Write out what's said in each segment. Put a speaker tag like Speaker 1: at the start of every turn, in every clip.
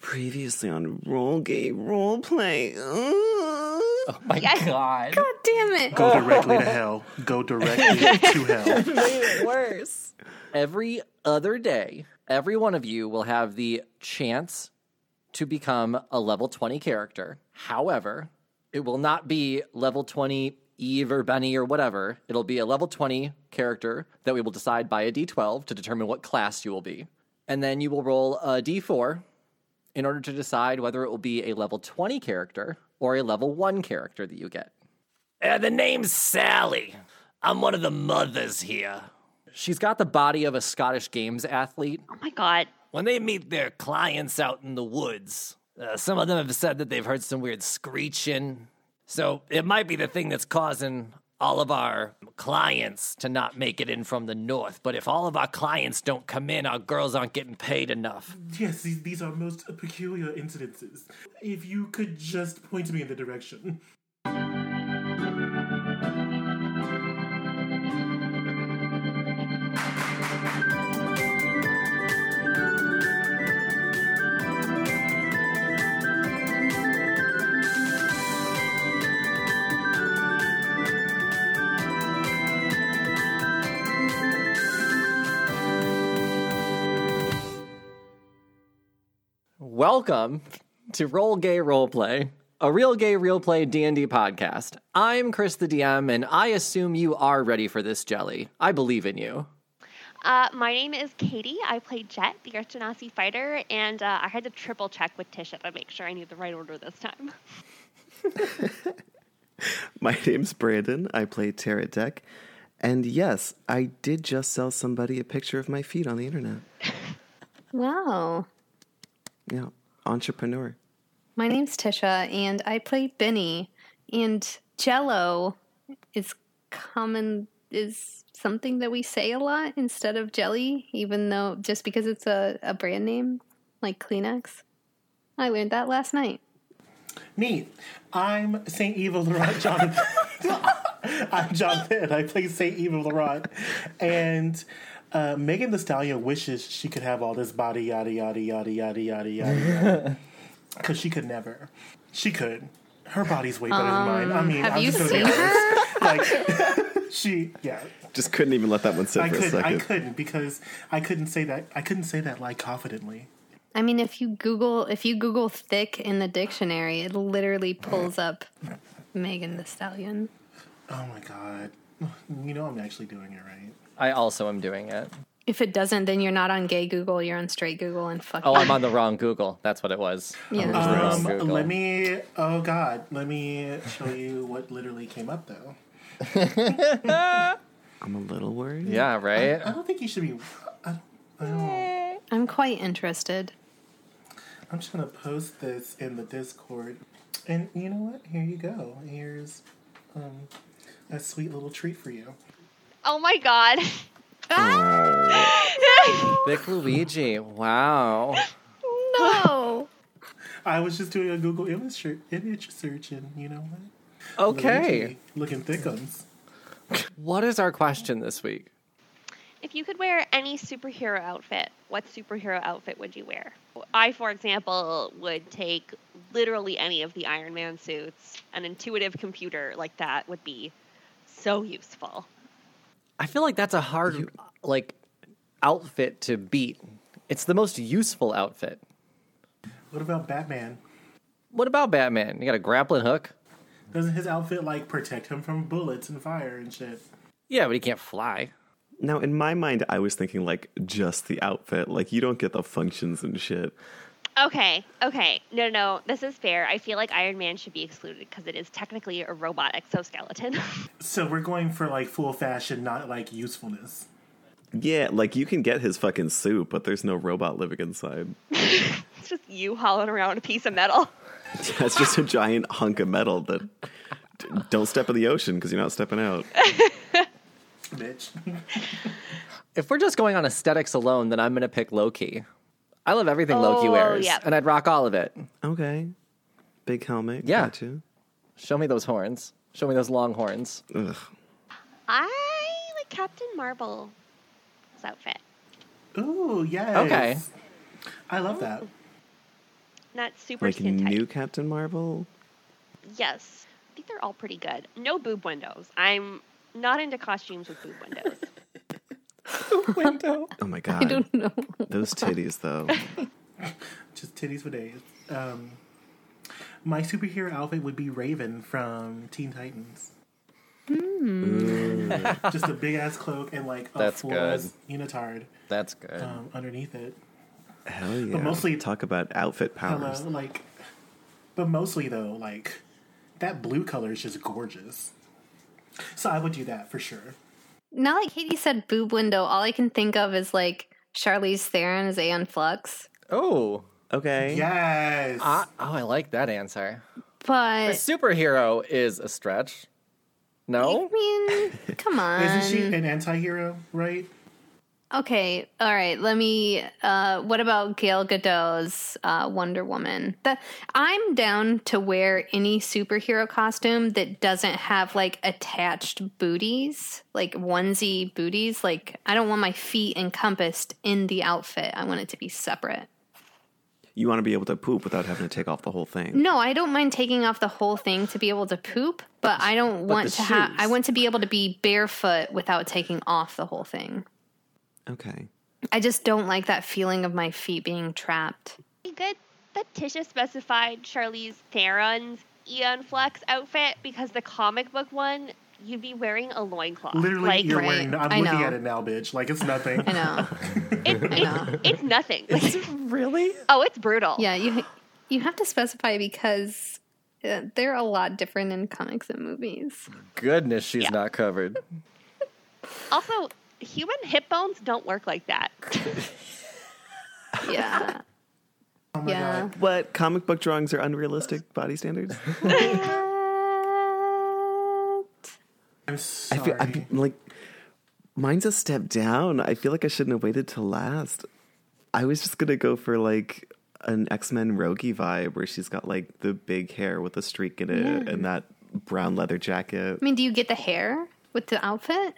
Speaker 1: Previously on Rollgate Roleplay.
Speaker 2: Oh my
Speaker 3: Yes.
Speaker 2: god.
Speaker 3: God damn it.
Speaker 4: Oh.
Speaker 5: Go directly to hell. Go directly to hell.
Speaker 3: Made it worse.
Speaker 2: Every other day, every one of you will have the chance to become a level 20 character. However, it will not be level 20 Eve or Benny or whatever. It'll be a level 20 character that we will decide by a d12 to determine what class you will be. And then you will roll a d4 in order to decide whether it will be a level 20 character or a level 1 character that you get. Uh, the name's Sally. I'm one of the mothers here. She's got the body of a Scottish Games athlete.
Speaker 3: Oh my god.
Speaker 2: When they meet their clients out in the woods, uh, some of them have said that they've heard some weird screeching. So it might be the thing that's causing all of our clients to not make it in from the north. But if all of our clients don't come in, our girls aren't getting paid enough.
Speaker 5: Yes, these, these are most peculiar incidences. If you could just point me in the direction.
Speaker 2: Welcome to Roll Gay Roleplay, a real gay real play D&D podcast. I'm Chris the DM and I assume you are ready for this jelly. I believe in you.
Speaker 3: Uh, my name is Katie. I play Jet, the Earth Genasi fighter, and uh, I had to triple check with Tisha to make sure I knew the right order this time.
Speaker 1: My name's Brandon. I play Terra Deck. And yes, I did just sell somebody a picture of my feet on the internet.
Speaker 4: Wow.
Speaker 1: Yeah, entrepreneur.
Speaker 4: My name's Tisha, and I play Benny. And Jello is common is something that we say a lot instead of jelly, even though just because it's a, a brand name like Kleenex. I learned that last night.
Speaker 5: Neat. I'm St. Evil Laurent Jonathan. I'm Jonathan. I play St. Evil Laurent. And uh, Megan the Stallion wishes she could have all this body, yada, yada, yada, yada, yada, yada. Because she could never. She could. Her body's way better than mine. I mean,
Speaker 4: Um, Have
Speaker 5: I'm
Speaker 4: you
Speaker 5: just
Speaker 4: seen
Speaker 5: going to be honest.
Speaker 4: her?
Speaker 5: Like, she, yeah.
Speaker 1: Just couldn't even let that one sit
Speaker 5: I
Speaker 1: for a
Speaker 5: couldn't, I
Speaker 1: second.
Speaker 5: couldn't because I couldn't say that. I couldn't say that like confidently.
Speaker 4: I mean, if you Google if you Google thick in the dictionary, it literally pulls up Megan the Stallion.
Speaker 5: Oh my god. You know I'm actually doing it right.
Speaker 2: I also am doing it.
Speaker 4: If it doesn't, then you're not on gay Google, you're on straight Google and fuck.
Speaker 2: Oh, I'm on the wrong Google. That's what it was.
Speaker 4: yeah.
Speaker 2: Wrong
Speaker 5: Um,
Speaker 2: Google.
Speaker 5: let me. Oh God, let me show you what literally came up though.
Speaker 1: I'm a little worried.
Speaker 2: Yeah, right?
Speaker 5: I don't think you should be. I don't, I don't.
Speaker 4: I'm quite interested.
Speaker 5: I'm just gonna post this in the Discord, and you know what? Here you go. Here's um, a sweet little treat for you.
Speaker 3: Oh my god.
Speaker 2: Vic Luigi. Wow.
Speaker 4: No.
Speaker 5: I was just doing a Google image, ser- image search, and you know what?
Speaker 2: Okay.
Speaker 5: Luigi, looking thickums.
Speaker 2: What is our question this week?
Speaker 3: if you could wear any superhero outfit, what superhero outfit would you wear? I, for example, would take literally any of the Iron Man suits. An intuitive computer like that would be so useful.
Speaker 2: I feel like that's a hard like outfit to beat. It's the most useful outfit.
Speaker 5: What about Batman?
Speaker 2: What about Batman? You got a grappling hook?
Speaker 5: Doesn't his outfit like protect him from bullets and fire and shit?
Speaker 2: Yeah, but he can't fly.
Speaker 1: Now, in my mind, I was thinking like just the outfit. Like, you don't get the functions and shit.
Speaker 3: Okay, okay. No, no, this is fair. I feel like Iron Man should be excluded because it is technically a robot exoskeleton.
Speaker 5: So we're going for like full fashion, not like usefulness.
Speaker 1: Yeah, like you can get his fucking suit, but there's no robot living inside.
Speaker 3: it's just you hollowing around a piece of metal.
Speaker 1: That's just a giant hunk of metal that d- don't step in the ocean because you're not stepping out.
Speaker 5: Bitch.
Speaker 2: If we're just going on aesthetics alone, then I'm gonna pick Loki. I love everything Loki
Speaker 3: Oh,
Speaker 2: wears,
Speaker 3: yep.
Speaker 2: and I'd rock all of it.
Speaker 1: Okay. Big helmet.
Speaker 2: Yeah.
Speaker 1: Gotcha.
Speaker 2: Show me those horns. Show me those long horns.
Speaker 1: Ugh.
Speaker 3: I like Captain Marvel's outfit.
Speaker 5: Ooh, yes.
Speaker 2: Okay.
Speaker 5: I love that.
Speaker 3: not super
Speaker 1: Like
Speaker 3: skin tight.
Speaker 1: new Captain Marvel.
Speaker 3: Yes. I think they're all pretty good. No boob windows. I'm not into costumes with boob windows.
Speaker 5: window.
Speaker 1: Oh my god.
Speaker 4: I don't know.
Speaker 1: Those titties though.
Speaker 5: Just titties for days. Um, my superhero outfit would be Raven from Teen Titans. Just a big ass cloak and like
Speaker 2: Hmm.
Speaker 5: a
Speaker 2: That's
Speaker 5: full
Speaker 2: good.
Speaker 5: ass unitard
Speaker 2: That's good.
Speaker 5: um, underneath it.
Speaker 1: Hell yeah.
Speaker 5: mostly-
Speaker 1: talk about outfit
Speaker 5: Hello,
Speaker 1: powers.
Speaker 5: like, but mostly though, like that blue color is just gorgeous. So I would do that for sure.
Speaker 4: Now that Katie said boob window, all I can think of is like Charlize Theron as Aeon Flux.
Speaker 2: oh,
Speaker 1: Okay.
Speaker 5: Yes,
Speaker 2: I, oh, I like that answer. A
Speaker 4: But
Speaker 2: superhero is a stretch. No,
Speaker 4: I mean, come on.
Speaker 5: isn't she an anti-hero, Right?
Speaker 4: Okay, all right. Let me. Uh, what about Gail Godot's uh, Wonder Woman? The, I'm down to wear any superhero costume that doesn't have like attached booties, like onesie booties. Like I don't want my feet encompassed in the outfit. I want it to be separate.
Speaker 1: You want to be able to poop without having to take off the whole thing.
Speaker 4: No, I don't mind taking off the whole thing to be able to poop, but I don't want
Speaker 1: the
Speaker 4: to have.
Speaker 1: shoes.
Speaker 4: I want to be able to be barefoot without taking off the whole thing.
Speaker 1: Okay.
Speaker 4: I just don't like that feeling of my feet being trapped.
Speaker 3: Pretty good that Tisha specified Charlize Theron's Eon Flux outfit because the comic book one, you'd be wearing a loincloth.
Speaker 5: Literally,
Speaker 3: like,
Speaker 5: you're
Speaker 4: Right.
Speaker 5: wearing. I'm
Speaker 4: I
Speaker 5: looking
Speaker 4: know.
Speaker 5: at it now, bitch. Like it's nothing.
Speaker 4: I know.
Speaker 3: it, it's, it's nothing. Like,
Speaker 2: really?
Speaker 3: oh, it's brutal.
Speaker 4: Yeah, you you have to specify because uh, they're a lot different in comics and movies.
Speaker 2: Goodness, she's not covered.
Speaker 3: Also, human hip bones don't work like that.
Speaker 4: Yeah.
Speaker 5: Oh my
Speaker 4: yeah.
Speaker 5: god.
Speaker 1: What comic book drawings are unrealistic body standards?
Speaker 5: I'm
Speaker 1: I
Speaker 5: sorry.
Speaker 1: feel I'm like mine's a step down. I feel like I shouldn't have waited till last. I was just gonna go for like an X Men Rogi vibe where she's got like the big hair with a streak in it and that brown leather jacket.
Speaker 4: I mean, do you get the hair with the outfit?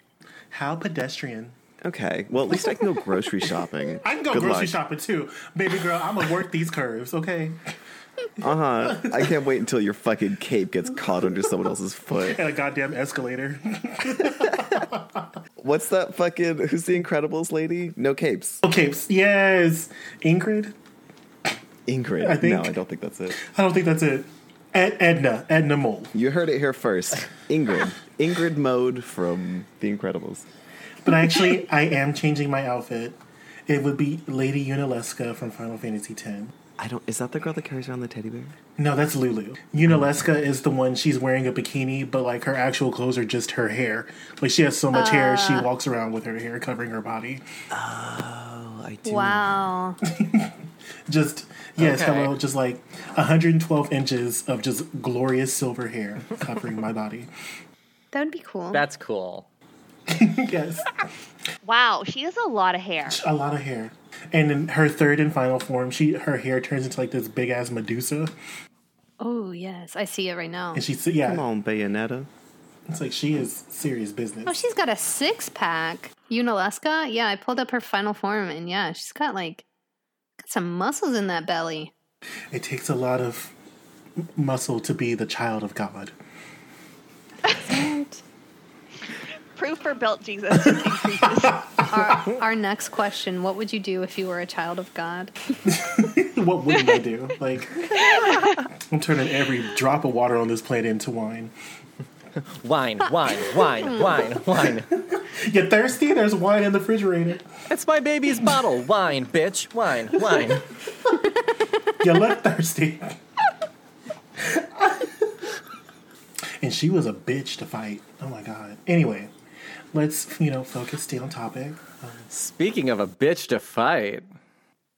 Speaker 5: How pedestrian.
Speaker 1: Okay, well at least I can go grocery shopping.
Speaker 5: I can go grocery shopping too, baby girl. I'm gonna work these curves, okay?
Speaker 1: Uh huh. I can't wait until your fucking cape gets caught under someone else's foot.
Speaker 5: And a goddamn escalator.
Speaker 1: What's that fucking? Who's the Incredibles lady? No capes.
Speaker 5: okay, yes, Ingrid.
Speaker 1: Ingrid.
Speaker 5: I think-
Speaker 1: No, I don't think that's it.
Speaker 5: I don't think that's it. Ed- Edna, Edna Mole.
Speaker 1: You heard it here first. Ingrid. Ingrid mode from The Incredibles.
Speaker 5: But actually, I am changing my outfit. It would be Lady Unalesca from Final Fantasy X.
Speaker 1: I don't. Is that the girl that carries around the teddy bear?
Speaker 5: No, that's Lulu. Unalesca is the one she's wearing a bikini, but like her actual clothes are just her hair. Like she has so much hair, she walks around with her hair covering her body.
Speaker 1: Oh, I do.
Speaker 4: Wow.
Speaker 5: Just yes,
Speaker 2: Okay.
Speaker 5: hello, just like 112 inches of just glorious silver hair covering my body.
Speaker 4: That would be cool.
Speaker 2: That's cool.
Speaker 5: yes,
Speaker 3: Wow, she has a lot of hair.
Speaker 5: a lot of hair. And in her third and final form, she her hair turns into like this big ass Medusa,
Speaker 4: oh, yes. I see it right now.
Speaker 5: and she's yeah,
Speaker 1: Come on, Bayonetta.
Speaker 5: it's like she is serious business.
Speaker 4: Oh, she's got a six pack. Unalaska? Yeah, I pulled up her final form and yeah, she's got like got some muscles in that belly.
Speaker 5: It takes a lot of m- muscle to be the child of God.
Speaker 3: Proof for built Jesus.
Speaker 4: our, our next question What would you do if you were a child of God?
Speaker 5: What wouldn't I do? Like, I'm turning every drop of water on this planet into wine.
Speaker 2: Wine, wine, wine, wine, wine.
Speaker 5: You thirsty? There's wine in the refrigerator.
Speaker 2: It's my baby's bottle. Wine, bitch. Wine, wine.
Speaker 5: You look thirsty. and she was a bitch to fight. Oh my god. Anyway, let's you know focus, stay on topic.
Speaker 2: Speaking of a bitch to fight,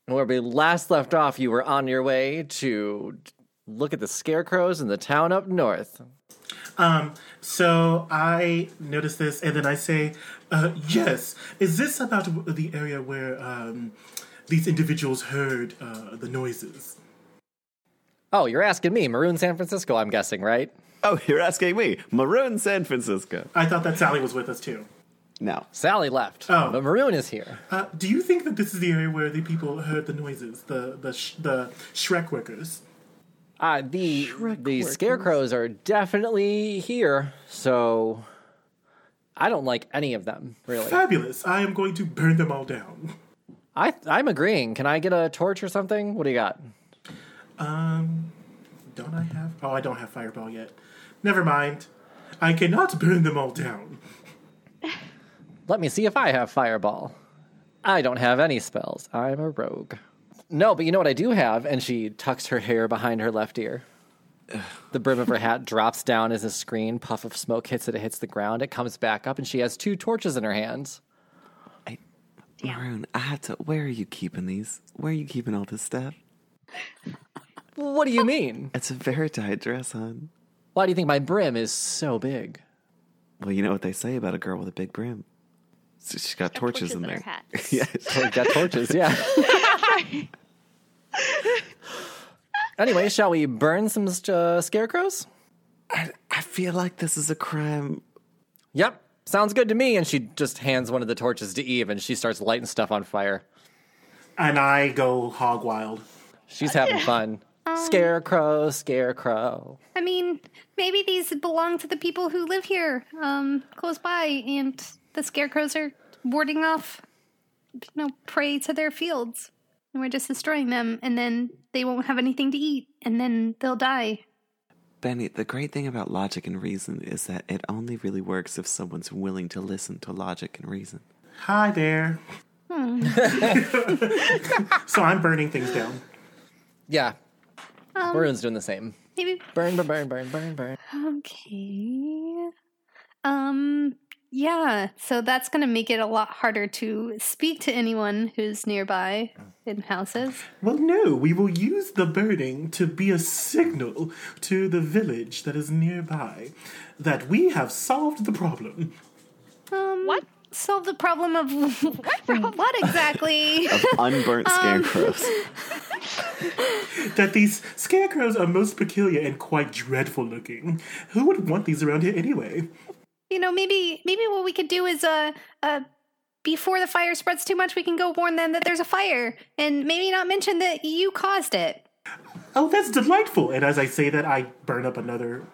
Speaker 2: where we last left off, you were on your way to look at the scarecrows in the town up north.
Speaker 5: Um, So I notice this, and then I say, uh, "Yes, is this about the area where um, these individuals heard uh, the noises?"
Speaker 2: Oh, you're asking me, Maroon San Francisco, I'm guessing, right?
Speaker 1: Oh, you're asking me. Maroon San Francisco.
Speaker 5: I thought that Sally was with us too.
Speaker 1: No.
Speaker 2: Sally left,
Speaker 5: Oh.
Speaker 2: but Maroon is here.
Speaker 5: Uh, do you think that this is the area where the people heard the noises, the the sh- the Shrek workers?
Speaker 2: Uh, the the scarecrows are definitely here, so I don't like any of them really.
Speaker 5: Fabulous! I am going to burn them all down.
Speaker 2: I I'm agreeing. Can I get a torch or something? What do you got?
Speaker 5: Um, don't I have? Oh, I don't have fireball yet. Never mind. I cannot burn them all down.
Speaker 2: Let me see if I have fireball. I don't have any spells. I'm a rogue. No, but you know what I do have? And she tucks her hair behind her left ear. The brim of her hat drops down as a screen puff of smoke hits it. It hits the ground. It comes back up, and she has two torches in her hands.
Speaker 1: I, Maroon, I have to. Where are you keeping these? Where are you keeping all this stuff?
Speaker 2: What do you mean?
Speaker 1: It's a Veridite dress on.
Speaker 2: Why do you think my brim is so big?
Speaker 1: Well, you know what they say about a girl with a big brim. So she's got torches,
Speaker 3: torches
Speaker 1: in
Speaker 3: in her
Speaker 1: there.
Speaker 3: hat.
Speaker 1: yeah,
Speaker 2: We've got torches, yeah. anyway, shall we burn some uh, scarecrows?
Speaker 1: I, I feel like this is a crime.
Speaker 2: Yep, sounds good to me. And she just hands one of the torches to Eve, and she starts lighting stuff on fire.
Speaker 5: And I go hog wild.
Speaker 2: She's having fun. Scarecrow, scarecrow.
Speaker 4: I mean, maybe these belong to the people who live here, um, close by, and the scarecrows are warding off, you know, prey to their fields, and we're just destroying them, and then they won't have anything to eat, and then they'll die.
Speaker 1: Benny, the great thing about logic and reason is that it only really works if someone's willing to listen to logic and reason.
Speaker 5: Hi there. so I'm burning things down.
Speaker 2: Yeah, Maroon's doing the same.
Speaker 4: Maybe
Speaker 2: Burn, burn, burn, burn, burn, burn.
Speaker 4: Okay. Um yeah, so that's going to make it a lot harder to speak to anyone who's nearby in houses.
Speaker 5: Well, no, we will use the burning to be a signal to the village that is nearby that we have solved the problem.
Speaker 4: Um
Speaker 3: What?
Speaker 4: solve the problem of what, what exactly?
Speaker 1: Unburnt
Speaker 3: Um,
Speaker 1: scarecrows.
Speaker 5: That these scarecrows are most peculiar and quite dreadful looking. Who would want these around here anyway?
Speaker 4: you know, maybe maybe what we could do is uh uh before the fire spreads too much, we can go warn them that there's a fire and maybe not mention that you caused it.
Speaker 5: Oh, that's delightful! And as I say that, I burn up another.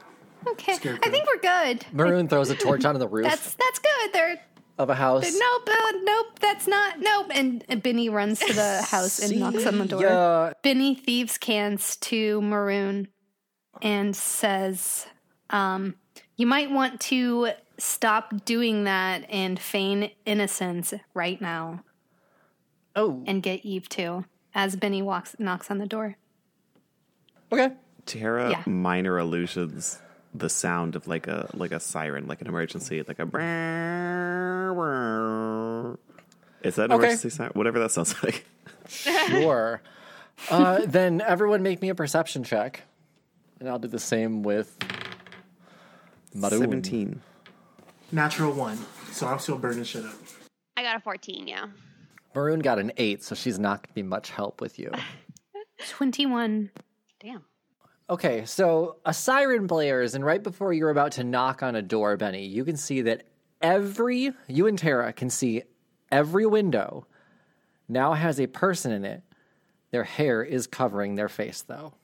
Speaker 4: Okay. I
Speaker 5: Scarecrow.
Speaker 4: think we're good.
Speaker 2: Maroon throws a torch onto the roof
Speaker 4: That's that's good. They're
Speaker 2: of a house.
Speaker 4: Nope, uh, nope, that's not, nope. And uh, Benny runs to the house and knocks on the door.
Speaker 2: Yeah,
Speaker 4: Benny thieves cans to Maroon and says, um, You might want to stop doing that and feign innocence right now
Speaker 2: oh,
Speaker 4: and get Eve too. As Benny walks, knocks on the door.
Speaker 2: okay.
Speaker 1: Tara
Speaker 4: Yeah.
Speaker 1: minor illusions the sound of like a like a siren, like an emergency, like a Is that an
Speaker 2: Okay.
Speaker 1: emergency siren? Whatever that sounds like.
Speaker 2: Sure. uh, then everyone make me a perception check. And I'll do the same with Maroon.
Speaker 1: Seventeen.
Speaker 5: Natural one. So I'm still burning shit up.
Speaker 3: I got a 14, yeah.
Speaker 2: Maroon got an eight, so she's not going to be much help with you.
Speaker 4: 21.
Speaker 3: Damn.
Speaker 2: Okay, so a siren blares, and right before you're about to knock on a door, Benny, you can see that every, you and Tara can see every window now has a person in it. Their hair is covering their face, though.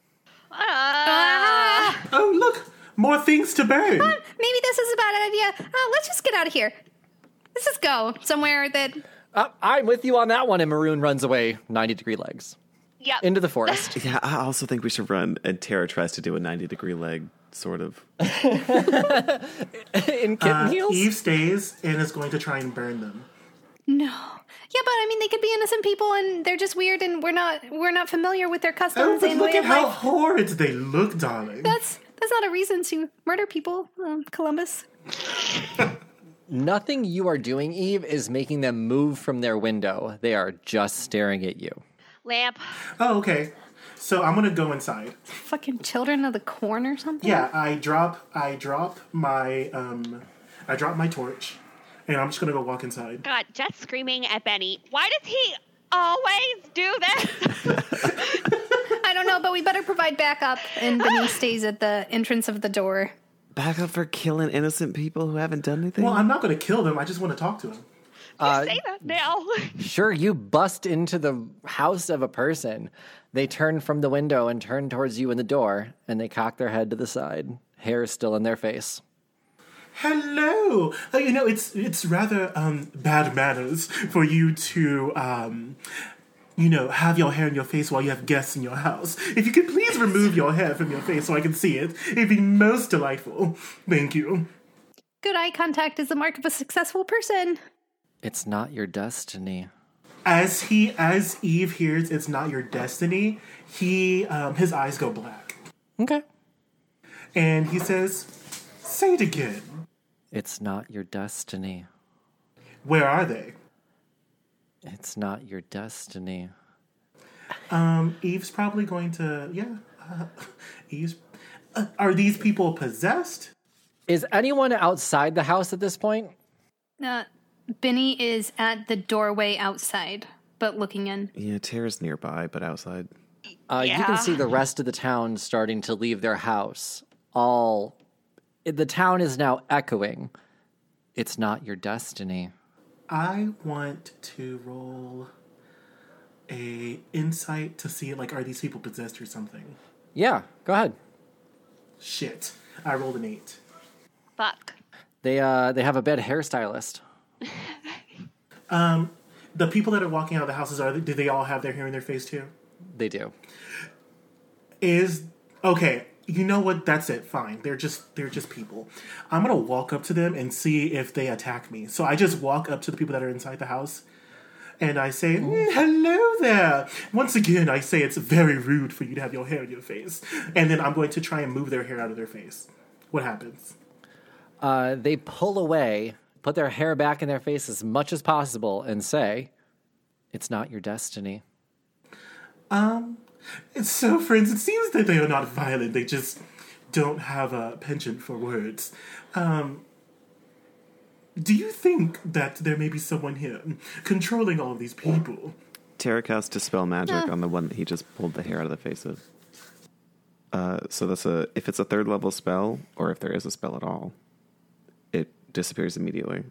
Speaker 3: Ah!
Speaker 5: Oh, look! More things to burn!
Speaker 4: Maybe this is a bad idea. Uh, let's just get out of here. Let's just go somewhere that.
Speaker 2: Uh, I'm with you on that one, and Maroon runs away 90 degree legs
Speaker 3: Yep.
Speaker 2: into the forest.
Speaker 1: Yeah, I also think we should run and Tara tries to do a ninety degree leg sort of.
Speaker 2: in kitten
Speaker 5: Uh,
Speaker 2: heels?
Speaker 5: Eve stays and is going to try and burn them.
Speaker 4: No. Yeah, but I mean, they could be innocent people, and they're just weird, and we're not we're not familiar with their
Speaker 5: Oh,
Speaker 4: customs
Speaker 5: but
Speaker 4: and
Speaker 5: look
Speaker 4: way of
Speaker 5: at how
Speaker 4: life.
Speaker 5: horrid they look, darling.
Speaker 4: That's that's not a reason to murder people, um, Columbus.
Speaker 2: Nothing you are doing, Eve, is making them move from their window. They are just staring at you.
Speaker 3: Lamp.
Speaker 5: Oh, okay. So I'm gonna go inside.
Speaker 4: Fucking children of the corn or something.
Speaker 5: Yeah, I drop. I drop my. Um, I drop my torch, and I'm just gonna go walk inside.
Speaker 3: God, Jet screaming at Benny. Why does he always do this?
Speaker 4: I don't know, but we better provide backup. And Benny stays at the entrance of the door.
Speaker 1: Back up for killing innocent people who haven't done anything.
Speaker 5: Well, I'm not going to kill them. I just want to talk to them.
Speaker 3: You say that now.
Speaker 2: Sure, you bust into the house of a person. They turn from the window and turn towards you in the door, and they cock their head to the side, hair still in their face.
Speaker 5: Hello. Uh, you know, it's it's rather um, bad manners for you to, um, you know, have your hair in your face while you have guests in your house. If you could please remove your hair from your face so I can see it, it'd be most delightful. Thank you.
Speaker 4: Good eye contact is the mark of a successful person.
Speaker 2: It's not your destiny.
Speaker 5: As he, as Eve hears, it's not your destiny. He, um, his eyes go black,
Speaker 2: Okay.
Speaker 5: and he says, "Say it again.
Speaker 2: It's not your destiny.
Speaker 5: Where are they?"
Speaker 2: It's not your destiny.
Speaker 5: Um, Eve's probably going to, yeah. Uh, Eve's. Uh, are these people possessed?
Speaker 2: Is anyone outside the house at this point?
Speaker 4: Uh, Benny is at the doorway outside, but looking in.
Speaker 1: yeah, Tara's nearby, but outside.
Speaker 2: Uh, You
Speaker 3: Yeah.
Speaker 2: can see the rest of the town starting to leave their house. All the town is now echoing. It's not your destiny.
Speaker 5: I want to roll a insight to see like are these people possessed or something.
Speaker 2: Yeah, go ahead.
Speaker 5: Shit. I rolled an eight.
Speaker 3: Fuck.
Speaker 2: They uh they have a bad hairstylist.
Speaker 5: The people that are walking out of the houses are do they all have their hair in their face too?
Speaker 2: They do.
Speaker 5: Is okay. You know what? That's it. Fine. They're just they're just people. I'm gonna walk up to them and see if they attack me. So I just walk up to the people that are inside the house, and I say, "Mm, "Hello there." Once again, I say it's very rude for you to have your hair in your face, and then I'm going to try and move their hair out of their face. What happens?
Speaker 2: Uh, they pull away, put their hair back in their face as much as possible, and say, "It's not your destiny."
Speaker 5: It's so, friends, it seems that they are not violent. They just don't have a penchant for words. Um, do you think that there may be someone here controlling all these people?
Speaker 1: Tara casts dispel magic on the one that he just pulled the hair out of the face of. Uh, so that's a if it's a third level spell, or if there is a spell at all, it disappears immediately.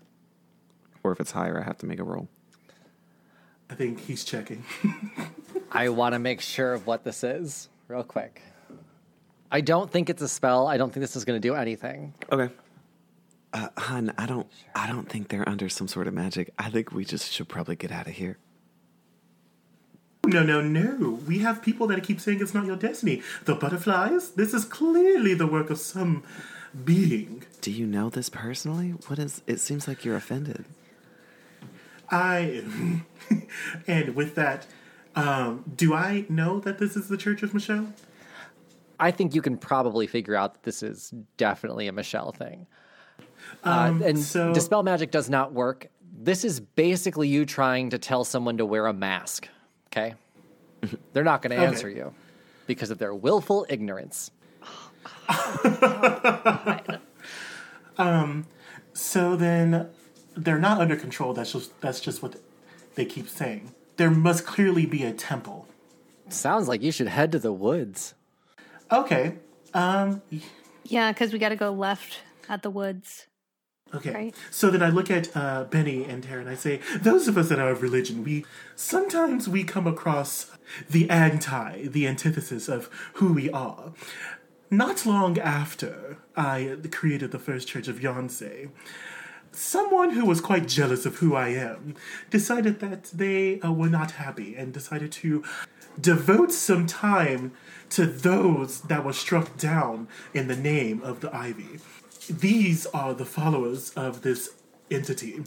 Speaker 1: Or if it's higher, I have to make a roll.
Speaker 5: I think he's checking.
Speaker 2: I want to make sure of what this is, real quick. I don't think it's a spell. I don't think this is going to do anything.
Speaker 1: Okay. Uh, hun, I don't, I don't think they're under some sort of magic. I think we just should probably get out of here.
Speaker 5: No, no, no. We have people that keep saying it's not your destiny. The butterflies? This is clearly the work of some being.
Speaker 1: Do you know this personally? What is? It seems like you're offended.
Speaker 5: I and with that, um, do I know that this is the Church of Michelle?
Speaker 2: I think you can probably figure out that this is definitely a Michelle thing. uh, and
Speaker 5: so-
Speaker 2: dispel magic does not work. This is basically you trying to tell someone to wear a mask. Okay, they're not going to answer you because of their willful ignorance.
Speaker 5: So then they're not under control. That's just that's just what they keep saying. There must clearly be a temple.
Speaker 2: Sounds like you should head to the woods.
Speaker 5: Okay. Um
Speaker 4: Yeah, because we got to go left at the woods.
Speaker 5: okay.
Speaker 4: Right.
Speaker 5: So then I look at uh, Benny and Tara and I say, those of us that are of religion, we sometimes we come across the anti, the antithesis of who we are. Not long after I created the first church of Yonsei, someone who was quite jealous of who I am decided that they uh, were not happy and decided to devote some time to those that were struck down in the name of the ivy. These are the followers of this entity.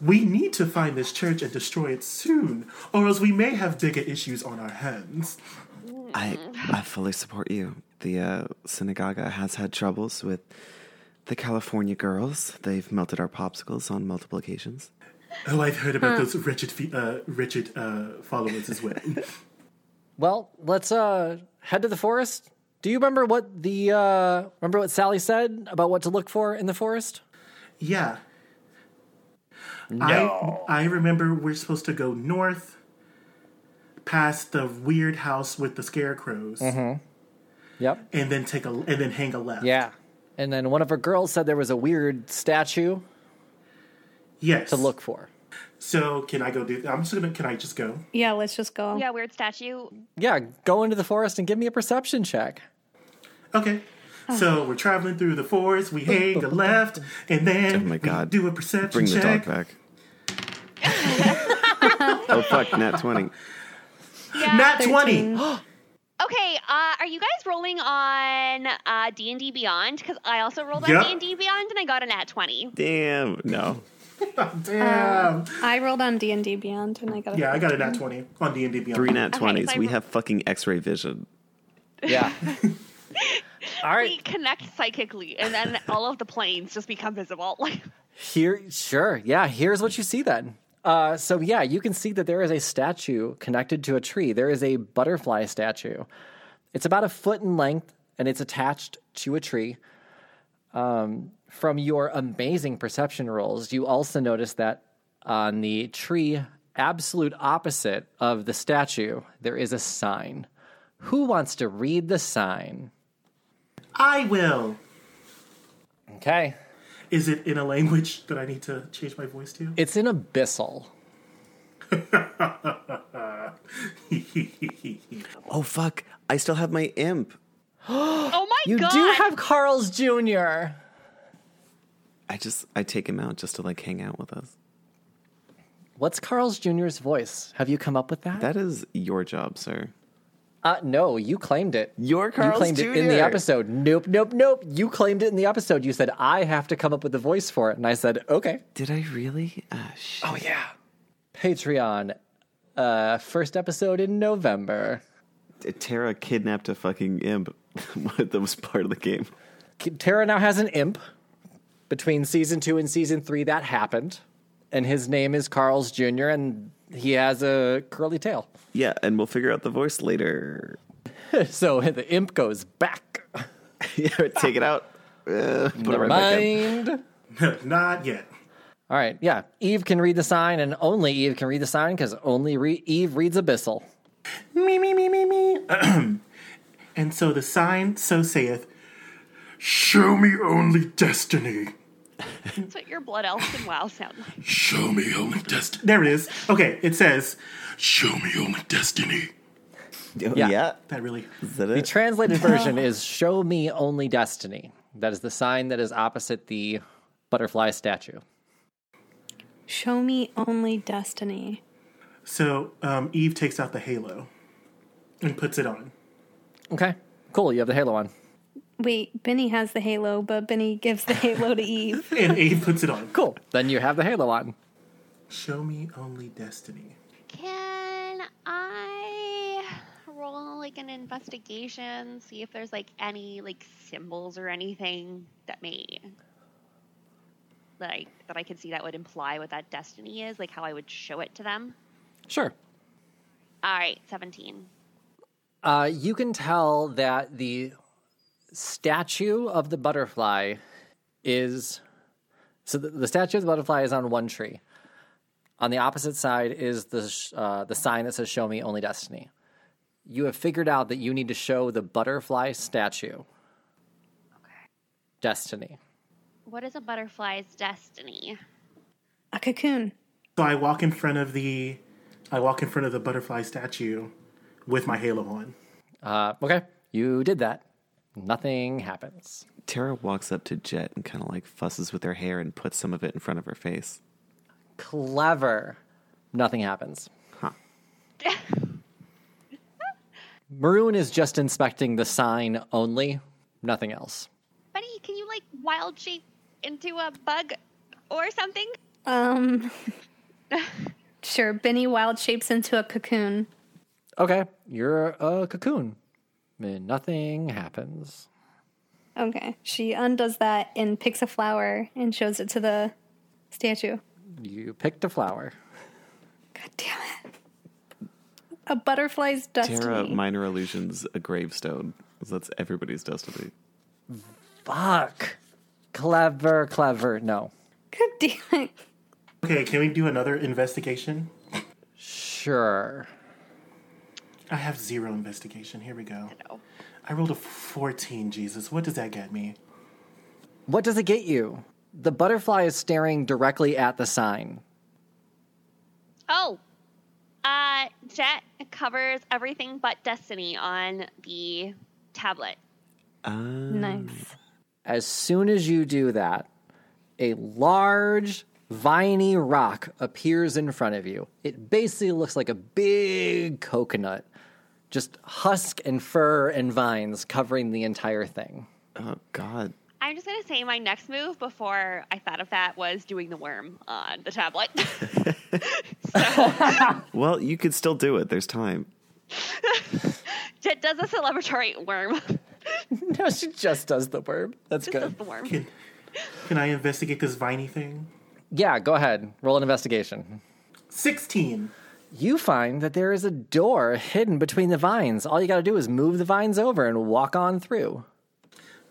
Speaker 5: We need to find this church and destroy it soon, or else we may have bigger issues on our hands.
Speaker 1: I, I fully support you. The uh, synagogue has had troubles with the California girls. They've melted our popsicles on multiple occasions.
Speaker 5: Oh, I've heard about those wretched, fe- uh, wretched uh, followers as well.
Speaker 2: Well, let's uh, head to the forest. Do you remember what the uh, remember what Sally said about what to look for in the forest?
Speaker 5: Yeah. I, I remember we're supposed to go north past the weird house with the scarecrows
Speaker 2: Yep.
Speaker 5: and then take a and then hang a left.
Speaker 2: Mm-hmm. Yeah. And then one of our girls said there was a weird statue
Speaker 5: Yes.
Speaker 2: to look for.
Speaker 5: So can I go do? I'm just gonna. Can I just go?
Speaker 4: Yeah, let's just go.
Speaker 3: Yeah, weird statue.
Speaker 2: Yeah, go into the forest and give me a perception check.
Speaker 5: Okay. So we're traveling through the forest. We hang a left, and then
Speaker 1: Oh my God.
Speaker 5: we do a perception
Speaker 1: Bring the
Speaker 5: check.
Speaker 1: dog back. oh fuck, nat twenty.
Speaker 3: Yeah.
Speaker 5: Not twenty.
Speaker 4: 13.
Speaker 3: Okay, uh, are you guys rolling on uh, D&D Beyond? Because I also rolled
Speaker 5: Yep.
Speaker 3: on D&D Beyond and I got an at 20.
Speaker 1: Damn, no.
Speaker 5: Damn.
Speaker 4: I rolled on D and D Beyond, and I got a
Speaker 5: yeah, I got a nat twenty on D and D Beyond.
Speaker 1: Three nat
Speaker 3: so I
Speaker 1: twenties. we
Speaker 3: ro-
Speaker 1: have fucking X-ray vision.
Speaker 2: Yeah. All
Speaker 3: We
Speaker 2: right.
Speaker 3: connect psychically and then all of the planes just become visible. Like,
Speaker 2: Here, sure. Yeah, here's what you see then. Uh, so, yeah, you can see that there is a statue connected to a tree. There is a butterfly statue. It's about a foot in length and it's attached to a tree. Um, from your amazing perception rolls, you also notice that on the tree, absolute opposite of the statue, there is a sign. Who wants to read the sign?
Speaker 5: I will.
Speaker 2: Okay.
Speaker 5: Is it in a language that I need to change my voice to?
Speaker 2: It's in abyssal.
Speaker 1: Oh fuck, I still have my imp.
Speaker 3: oh my
Speaker 2: You
Speaker 3: god!
Speaker 2: do have Carl's Jr.
Speaker 1: I just I take him out just to like hang out with us.
Speaker 2: What's Carl's Jr.'s voice? Have you come up with that?
Speaker 1: That is your job, sir.
Speaker 2: uh, no, you claimed it.
Speaker 1: Your Carl's
Speaker 2: you claimed it in the
Speaker 1: Jr..
Speaker 2: episode. Nope, nope, nope. You claimed it in the episode. You said I have to come up with a voice for it, and I said okay.
Speaker 1: Did I really? Ah, shit.
Speaker 2: Oh yeah. Patreon, uh, first episode in November.
Speaker 1: Tara kidnapped a fucking imp. that was part of the game.
Speaker 2: K- Tara now has an imp. Between season two and season three, that happened, and his name is Carl's Jr. and he has a curly tail.
Speaker 1: Yeah, and we'll figure out the voice later.
Speaker 2: So the imp goes back.
Speaker 1: yeah, take it out. Uh, put it right back in.
Speaker 2: Mind.
Speaker 5: Not yet.
Speaker 2: All right, yeah. Eve can read the sign, and only Eve can read the sign because only re- Eve reads Abyssal.
Speaker 5: Me me me me me. and so the sign so saith, "Show me only destiny."
Speaker 3: That's what your blood elves and WoW sound like.
Speaker 5: Show me only destiny. There it is. Okay, it says, "Show me only destiny."
Speaker 1: Oh,
Speaker 2: Yeah.
Speaker 1: Yeah.
Speaker 5: That really.
Speaker 1: Is that
Speaker 2: The
Speaker 1: it?
Speaker 2: translated version is "Show me only destiny." That is the sign that is opposite the butterfly statue.
Speaker 4: Show me only destiny.
Speaker 5: So um, Eve takes out the halo and puts it on.
Speaker 2: Okay, cool. You have the halo on.
Speaker 4: Wait, Benny has the halo, but Benny gives the halo to Eve.
Speaker 5: And Eve puts it on.
Speaker 2: Cool. Then you have the halo on.
Speaker 5: Show me only destiny.
Speaker 3: Can I roll like an investigation, see if there's like any like symbols or anything that may that I that I could see that would imply what that destiny is, like how I would show it to them?
Speaker 2: Sure.
Speaker 3: All right, seventeen.
Speaker 2: Uh, you can tell that the statue of the butterfly is so the, the statue of the butterfly is on one tree. On the opposite side is the sh- uh, the sign that says "Show me only destiny." You have figured out that you need to show the butterfly statue destiny.
Speaker 3: What is a butterfly's destiny?
Speaker 4: A cocoon.
Speaker 5: So I walk in front of the, I walk in front of the butterfly statue, with my halo on.
Speaker 2: Uh, okay, you did that. Nothing happens.
Speaker 1: Tara walks up to Jet and kind of like fusses with her hair and puts some of it in front of her face.
Speaker 2: Clever. Nothing happens.
Speaker 1: Huh.
Speaker 2: Maroon is just inspecting the sign only, nothing else.
Speaker 3: Buddy, can you like wild shape into a bug or something?
Speaker 4: Um. sure, Benny wild shapes into a cocoon.
Speaker 2: Okay, you're a cocoon. And nothing happens.
Speaker 4: Okay. She undoes that and picks a flower and shows it to the statue.
Speaker 2: You picked a flower.
Speaker 4: God damn it. A butterfly's destiny.
Speaker 1: Tara, minor illusions, a gravestone. So that's everybody's destiny.
Speaker 2: Fuck. Clever, clever. No.
Speaker 4: God damn it.
Speaker 5: Okay, can we do another investigation?
Speaker 2: Sure.
Speaker 5: I have zero investigation. Here we go.
Speaker 3: No.
Speaker 5: I rolled a 14, Jesus. What does that get me?
Speaker 2: What does it get you? The butterfly is staring directly at the sign.
Speaker 3: Oh, uh, Jet covers everything but Destiny on the tablet.
Speaker 2: Uh,
Speaker 1: Um,
Speaker 4: Nice.
Speaker 2: As soon as you do that, a large viney rock appears in front of you. It basically looks like a big coconut, just husk and fur and vines covering the entire thing.
Speaker 1: Oh God.
Speaker 3: I'm just gonna say my next move before I thought of that was doing the worm on the tablet. so
Speaker 1: Well, you could still do it. There's time.
Speaker 3: Jet does a celebratory worm.
Speaker 2: No, she just does the verb. That's
Speaker 3: Just does
Speaker 2: good.
Speaker 3: the worm.
Speaker 5: Can, can I investigate this viney thing?
Speaker 2: Yeah, go ahead. Roll an investigation.
Speaker 5: 16.
Speaker 2: You find that there is a door hidden between the vines. All you got to do is move the vines over and walk on through.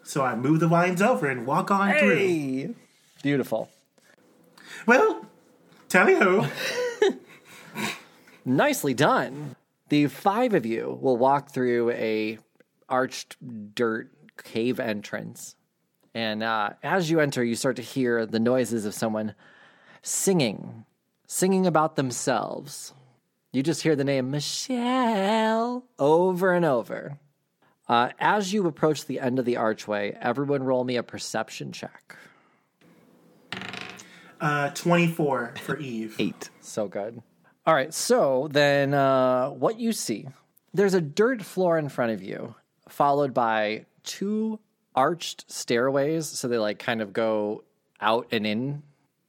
Speaker 5: So I move the vines over and walk on through.
Speaker 2: Beautiful.
Speaker 5: Well, tally ho.
Speaker 2: Nicely done. The five of you will walk through a arched dirt cave entrance. And uh, as you enter, you start to hear the noises of someone singing, singing about themselves. You just hear the name Michelle over and over. Uh, as you approach the end of the archway, everyone roll me a perception check.
Speaker 5: Uh, 24 for Eve.
Speaker 1: Eight.
Speaker 2: So good. All right. So then, uh, what you see there's a dirt floor in front of you, followed by two arched stairways. So they like kind of go out and in.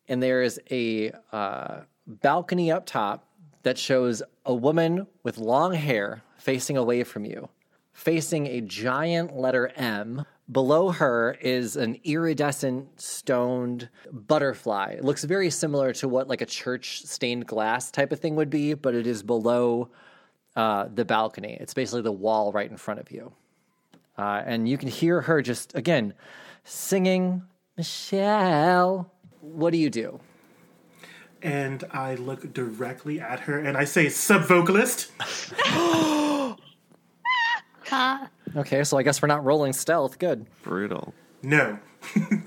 Speaker 2: And there is a uh, balcony up top that shows a woman with long hair facing away from you, facing a giant letter M. Below her is an iridescent stoned butterfly. It looks very similar to what like a church stained glass type of thing would be, but it is below uh, the balcony. It's basically the wall right in front of you. Uh, and you can hear her just, again, singing, Michelle. What do you do?
Speaker 5: And I look directly at her and I say, sub vocalist.
Speaker 4: Ah,
Speaker 2: Okay, so I guess we're not rolling stealth. Good.
Speaker 1: Brutal.
Speaker 5: No.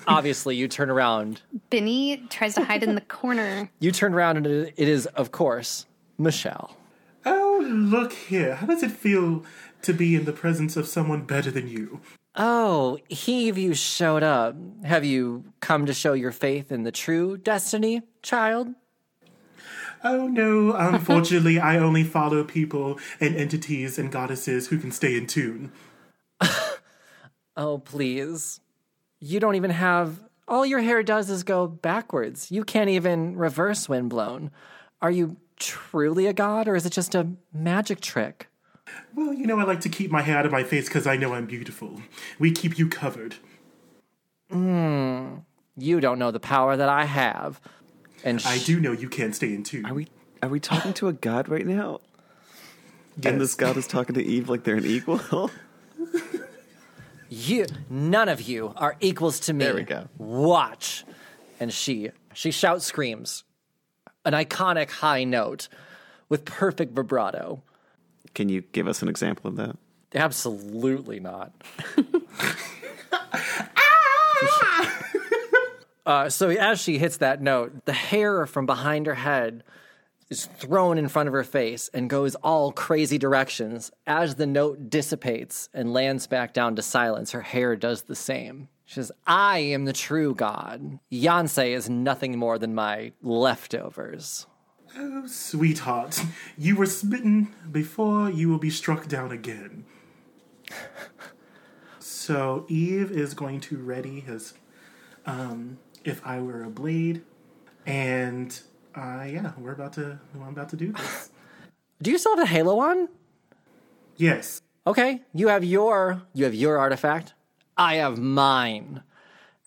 Speaker 2: Obviously, you turn around.
Speaker 4: Benny tries to hide in the corner.
Speaker 2: You turn around, and it it is, of course, Michelle.
Speaker 5: Oh, look here. How does it feel to be in the presence of someone better than you?
Speaker 2: Oh, he of you showed up. Have you come to show your faith in the true destiny, child?
Speaker 5: Oh no, unfortunately, I only follow people and entities and goddesses who can stay in tune.
Speaker 2: Oh, please. You don't even have. All your hair does is go backwards. You can't even reverse wind blown. Are you truly a god, or is it just a magic trick?
Speaker 5: Well, you know, I like to keep my hair out of my face because I know I'm beautiful. We keep you covered.
Speaker 2: You don't know the power that I have. And
Speaker 5: I
Speaker 2: sh-
Speaker 5: do know you can't stay in tune.
Speaker 1: Are we are we talking to a god right now? And this god is talking to Eve like they're an equal.
Speaker 2: you none of you are equals to me.
Speaker 1: There we go.
Speaker 2: Watch. And she she shouts screams. An iconic high note with perfect vibrato.
Speaker 1: Can you give us an example of that?
Speaker 2: Absolutely not. uh, so as she hits that note, the hair from behind her head is thrown in front of her face and goes all crazy directions. As the note dissipates and lands back down to silence, her hair does the same. She says, I am the true God. Yancey is nothing more than my leftovers.
Speaker 5: Sweetheart, you were smitten before you will be struck down again. so Eve is going to ready his um if I were a blade. And uh yeah, we're about to I'm about to do this.
Speaker 2: Do you still have the halo on?
Speaker 5: yes.
Speaker 2: Okay, you have your you have your artifact. I have mine.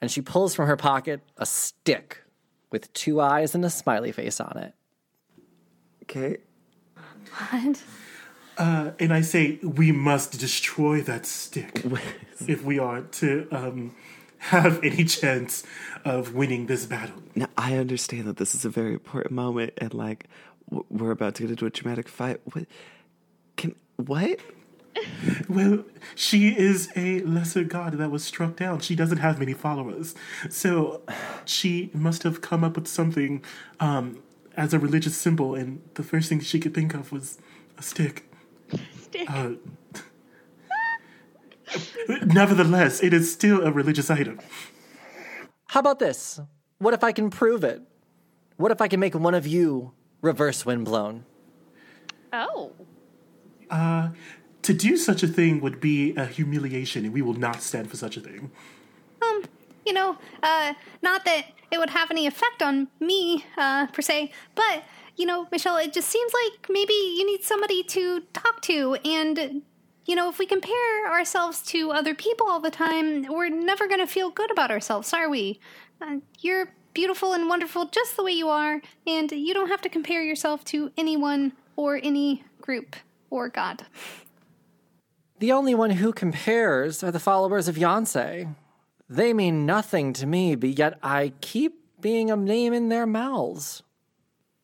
Speaker 2: And she pulls from her pocket a stick with two eyes and a smiley face on it.
Speaker 1: Okay.
Speaker 4: What?
Speaker 5: Uh, and I say we must destroy that stick if we are to um have any chance of winning this battle.
Speaker 1: Now I understand that this is a very important moment, and like w- we're about to get into a dramatic fight. What can what?
Speaker 5: Well, she is a lesser god that was struck down. She doesn't have many followers. So she must have come up with something um, as a religious symbol, and the first thing she could think of was a stick.
Speaker 3: Stick.
Speaker 5: Uh, nevertheless, it is still a religious item.
Speaker 2: How about this? What if I can prove it? What if I can make one of you reverse windblown?
Speaker 3: oh.
Speaker 5: To do such a thing would be a humiliation, and we will not stand for such a thing.
Speaker 4: Um, you know, uh, not that it would have any effect on me, uh, per se, but, you know, Michelle, it just seems like maybe you need somebody to talk to. And, you know, if we compare ourselves to other people all the time, we're never going to feel good about ourselves, are we? Uh, you're beautiful and wonderful just the way you are, and you don't have to compare yourself to anyone or any group or God.
Speaker 2: The only one who compares are the followers of Yonsei. They mean nothing to me, but yet I keep being a name in their mouths.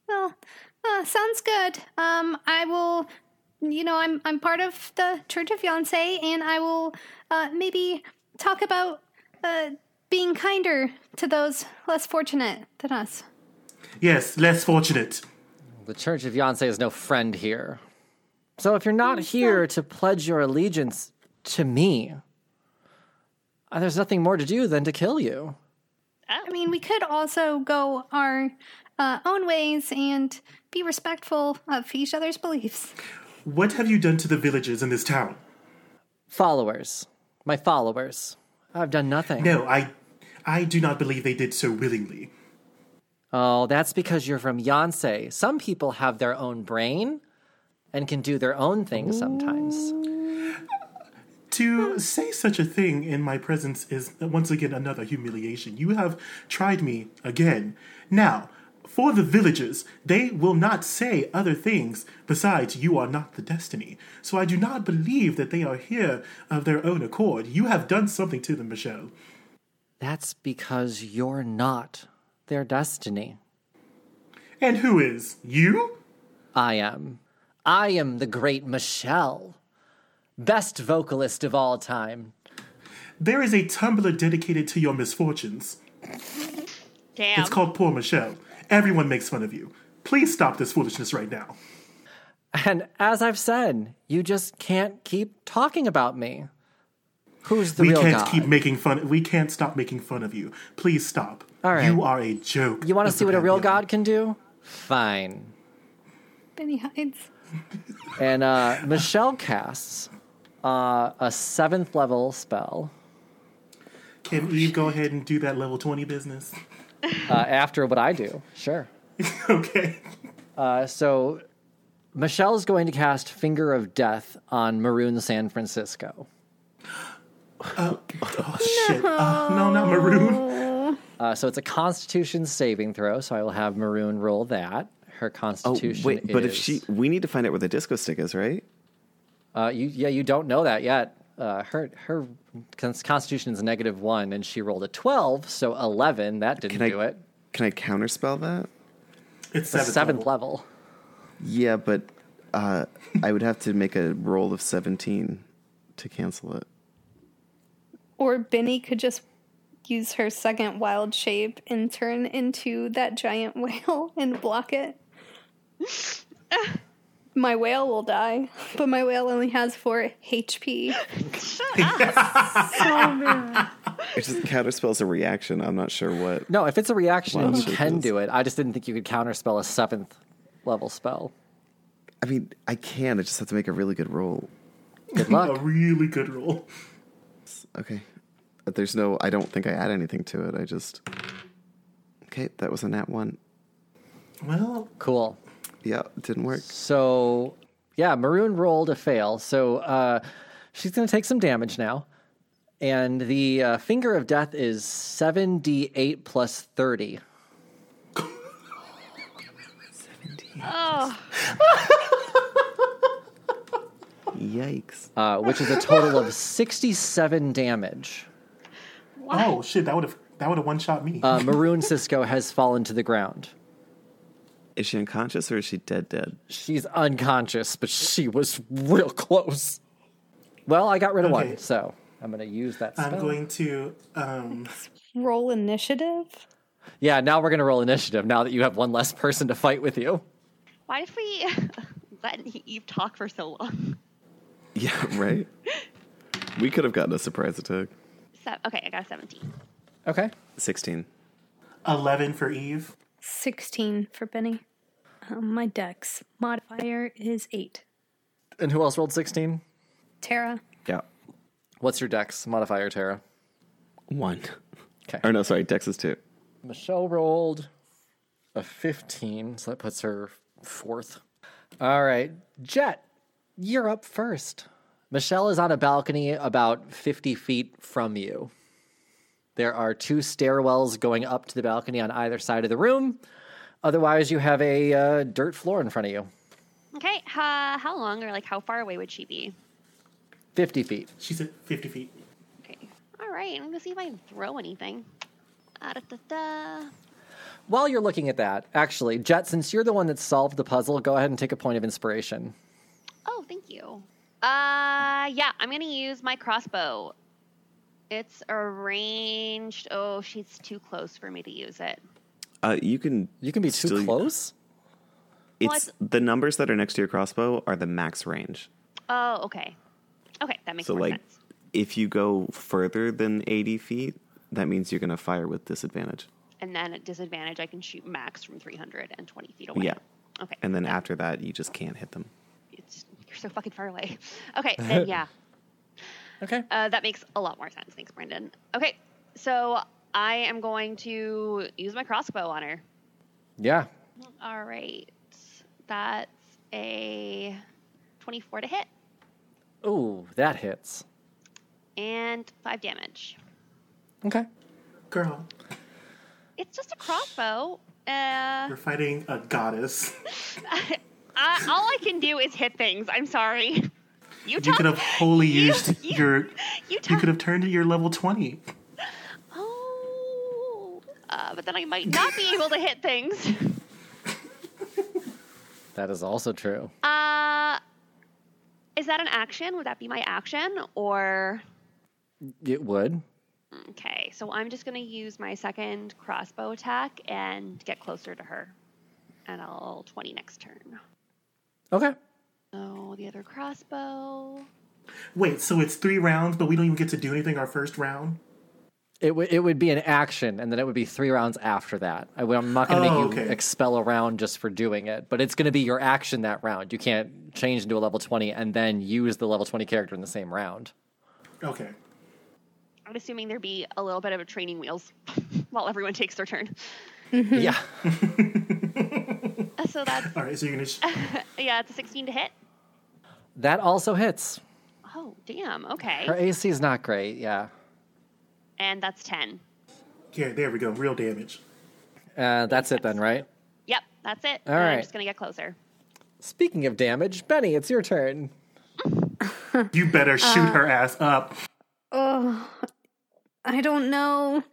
Speaker 4: Well, uh, sounds good. Um, I will. You know, I'm I'm part of the Church of Yonsei, and I will uh, maybe talk about uh, being kinder to those less fortunate than us.
Speaker 5: Yes, less fortunate.
Speaker 2: The Church of Yonsei is no friend here. So if you're not here to pledge your allegiance to me, uh, there's nothing more to do than to kill you.
Speaker 4: I mean, we could also go our uh, own ways and be respectful of each other's beliefs.
Speaker 5: What have you done to the villagers in this town?
Speaker 2: Followers. My followers. I've done nothing.
Speaker 5: No, I, I do not believe they did so willingly.
Speaker 2: Oh, that's because you're from Yonsei. Some people have their own brain and can do their own thing sometimes.
Speaker 5: To say such a thing in my presence is once again another humiliation. You have tried me again. Now, for the villagers, they will not say other things besides, You are not the destiny. So I do not believe that they are here of their own accord. You have done something to them, Michelle.
Speaker 2: That's because you're not their destiny.
Speaker 5: And who is? You?
Speaker 2: I am. I am the great Michelle, best vocalist of all time.
Speaker 5: There is a Tumblr dedicated to your misfortunes.
Speaker 3: Damn.
Speaker 5: It's called Poor Michelle. Everyone makes fun of you. Please stop this foolishness right now.
Speaker 2: And as I've said, you just can't keep talking about me. Who's the
Speaker 5: we
Speaker 2: real
Speaker 5: can't
Speaker 2: God?
Speaker 5: keep making fun. We can't stop making fun of you. Please stop.
Speaker 2: All right.
Speaker 5: You are a joke.
Speaker 2: you want to
Speaker 5: Mr.
Speaker 2: see what a real
Speaker 5: Pantheon.
Speaker 2: God can do? Fine.
Speaker 4: Benny hides.
Speaker 2: And uh, Michelle casts uh, a seventh level spell
Speaker 5: Can Eve go ahead and do that level twenty business?
Speaker 2: uh, after what I do. Sure.
Speaker 5: okay.
Speaker 2: Uh, so Michelle's going to cast Finger of Death on Maroon San Francisco.
Speaker 5: Oh shit. Uh, no, not maroon.
Speaker 2: Uh, so it's a Constitution saving throw. So I will have Maroon roll that. Her
Speaker 1: Oh,
Speaker 2: Constitution.
Speaker 1: wait, but if
Speaker 2: is-
Speaker 1: she, we need to find out where the disco stick is, right?
Speaker 2: uh, you, yeah, you don't know that yet. Uh, her her cons- Constitution is negative one, and she rolled a twelve, so eleven. That didn't
Speaker 1: Can I
Speaker 2: do it.
Speaker 1: Can I counterspell that?
Speaker 5: It's
Speaker 2: The
Speaker 5: seventh,
Speaker 2: seventh
Speaker 5: level.
Speaker 2: level.
Speaker 1: Yeah, but uh, I would have to make a roll of 17 to cancel it.
Speaker 4: Or Benny could just use her second wild shape and turn into that giant whale and block it. my whale will die, but my whale only has four HP.
Speaker 1: It's just counterspell's a reaction. I'm not sure what.
Speaker 2: No, if it's a reaction,
Speaker 1: Wow,
Speaker 2: you
Speaker 1: she
Speaker 2: can
Speaker 1: does.
Speaker 2: do it. I just didn't think you could counterspell a seventh level spell.
Speaker 1: I mean, I can. I just have to make a really good roll.
Speaker 2: Good
Speaker 5: A
Speaker 2: luck.
Speaker 5: really good roll.
Speaker 1: Okay. Uh, There's no, I don't think I add anything to it. I just. Okay, that was a nat one.
Speaker 5: Well,
Speaker 2: cool.
Speaker 1: Yeah, didn't work.
Speaker 2: So, yeah, Maroon rolled a fail. So uh, she's going to take some damage now. And the uh, finger of death is 7d8 plus 30.
Speaker 3: oh.
Speaker 1: Yikes.
Speaker 2: Uh, which is a total of 67 damage.
Speaker 5: oh shit, that would have that would have one shot me.
Speaker 2: Uh, Maroon Cisco has fallen to the ground.
Speaker 1: Is she unconscious or is she dead, dead?
Speaker 2: She's unconscious, but she was real close. Well, I got rid of
Speaker 5: Okay.
Speaker 2: one, so I'm going to use that spell.
Speaker 5: I'm going to. Um,
Speaker 4: Roll initiative.
Speaker 2: Yeah, now we're going to roll initiative now that you have one less person to fight with you.
Speaker 3: Why did we let Eve talk for so long?
Speaker 1: Yeah, right? we could have gotten a surprise attack.
Speaker 3: So, okay, I got a 17.
Speaker 2: Okay.
Speaker 1: 16.
Speaker 5: 11 for Eve.
Speaker 4: 16 for Benny. Um, my dex modifier is 8.
Speaker 2: And who else rolled 16?
Speaker 4: Tara,
Speaker 1: Yeah.
Speaker 2: What's your dex modifier, Tara?
Speaker 1: One.
Speaker 2: Okay.
Speaker 1: Or no, sorry, Dex is two.
Speaker 2: Michelle rolled a 15, so that puts her fourth. All right, Jet, you're up first. Michelle is on a balcony about 50 feet from you. There are two stairwells going up to the balcony on either side of the room. Otherwise, you have a uh, dirt floor in front of you,
Speaker 3: Okay, uh, how long or like how far away would she be?
Speaker 2: 50 feet.
Speaker 5: She's at 50 feet.
Speaker 3: Okay. All right, I'm gonna see if I can throw anything. Ah, da, da, da.
Speaker 2: While you're looking at that, actually, Jet, since you're the one that solved the puzzle, go ahead and take a point of inspiration.
Speaker 3: Oh, thank you. Uh, yeah, I'm gonna use my crossbow. It's arranged. Oh, she's too close for me to use it.
Speaker 1: Uh, you can.
Speaker 2: You can be too
Speaker 1: Still-
Speaker 2: close.
Speaker 1: It's the numbers that are next to your crossbow are the max range.
Speaker 3: Oh, okay. Okay, that makes
Speaker 1: So,
Speaker 3: more
Speaker 1: like,
Speaker 3: sense.
Speaker 1: if you go further than 80 feet, that means you're going to fire with disadvantage.
Speaker 3: And then at disadvantage, I can shoot max from 320 feet away.
Speaker 1: Yeah.
Speaker 3: Okay.
Speaker 1: And then after that, you just can't hit them.
Speaker 3: it's, you're so fucking far away. Okay, then yeah.
Speaker 2: Okay.
Speaker 3: Uh, that makes a lot more sense. Thanks, Brandon. Okay, so I am going to use my crossbow on her.
Speaker 2: Yeah.
Speaker 3: All right, that's a 24 to hit
Speaker 2: Ooh, that hits.
Speaker 3: and five damage.
Speaker 2: Okay.
Speaker 5: Girl,
Speaker 3: It's just a crossbow. Uh,
Speaker 5: you're fighting a goddess.
Speaker 3: I, all I can do is hit things. I'm sorry. You,
Speaker 5: You
Speaker 3: talk,
Speaker 5: could have wholly
Speaker 3: you-
Speaker 5: used
Speaker 3: you-
Speaker 5: your.
Speaker 3: you
Speaker 5: You
Speaker 3: talk.
Speaker 5: could have turned it your level 20.
Speaker 3: Oh, uh, but then I might not be able to hit things.
Speaker 2: That is also true.
Speaker 3: Uh, is that an action? Would that be my action? Or
Speaker 2: It would.
Speaker 3: okay, so I'm just gonna use my second crossbow attack and get closer to her, and I'll 20 next turn.
Speaker 2: Okay.
Speaker 3: So the other crossbow.
Speaker 5: Wait, so it's three rounds, but we don't even get to do anything our first round?
Speaker 2: It, w- it would be an action, and then it would be three rounds after that. I, am not going to
Speaker 5: Oh,
Speaker 2: make you
Speaker 5: okay.
Speaker 2: expel a round just for doing it, but it's going to be your action that round. You can't change into a level 20 and then use the level 20 character in the same round.
Speaker 5: Okay.
Speaker 3: I'm assuming there'd be a little bit of a training wheels while everyone takes their turn.
Speaker 2: Yeah.
Speaker 3: Uh, So that's
Speaker 5: All right, so you're going to. Sh-
Speaker 3: yeah, it's a 16 to hit.
Speaker 2: That also hits.
Speaker 3: Oh damn. Okay,
Speaker 2: Her AC is not great. Yeah.
Speaker 3: and that's 10.
Speaker 5: yeah, there we go. Real damage.
Speaker 2: Uh, that's it then, right?
Speaker 3: Yep, that's it.
Speaker 2: All
Speaker 3: and I'm
Speaker 2: right.
Speaker 3: just gonna get closer.
Speaker 2: Speaking of damage, Benny, it's your turn.
Speaker 5: You better shoot her ass up.
Speaker 4: Oh, I don't know.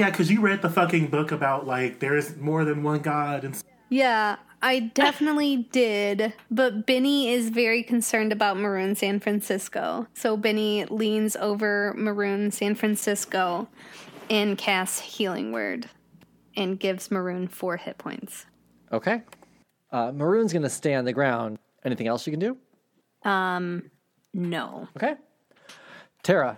Speaker 5: Yeah, because you read the fucking book about, like, there is more than one god and
Speaker 4: Yeah, I definitely did. But Benny is very concerned about Maroon San Francisco. So Benny leans over Maroon San Francisco and casts Healing Word and gives Maroon four hit points.
Speaker 2: Okay. Uh, Maroon's going to stay on the ground. Anything else you can do?
Speaker 4: No.
Speaker 2: Okay. Tara,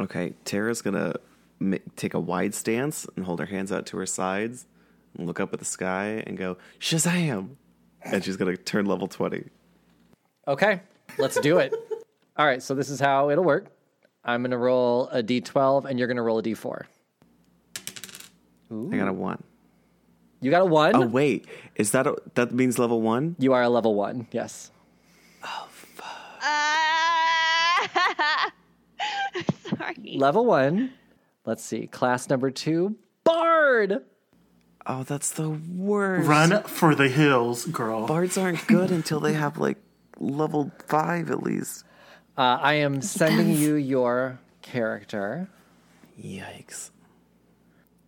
Speaker 1: Okay, Tara's gonna ma- take a wide stance and hold her hands out to her sides, and look up at the sky and go Shazam, and she's gonna turn level twenty.
Speaker 2: Okay, let's do it. All right, so this is how it'll work. I'm going to roll a d12 and you're going to roll a d4.
Speaker 1: I got a one.
Speaker 2: You got a one.
Speaker 1: Oh wait, is that a, that means level one?
Speaker 2: You are a level one. Yes.
Speaker 3: Ah! Sorry.
Speaker 2: Level one. Let's see. Class number two, Bard. Uh,
Speaker 1: Oh, that's the worst.
Speaker 5: Run for the hills, girl.
Speaker 1: Bards aren't good until they have like level five at least.
Speaker 2: Uh, I am sending you your character.
Speaker 1: Yikes.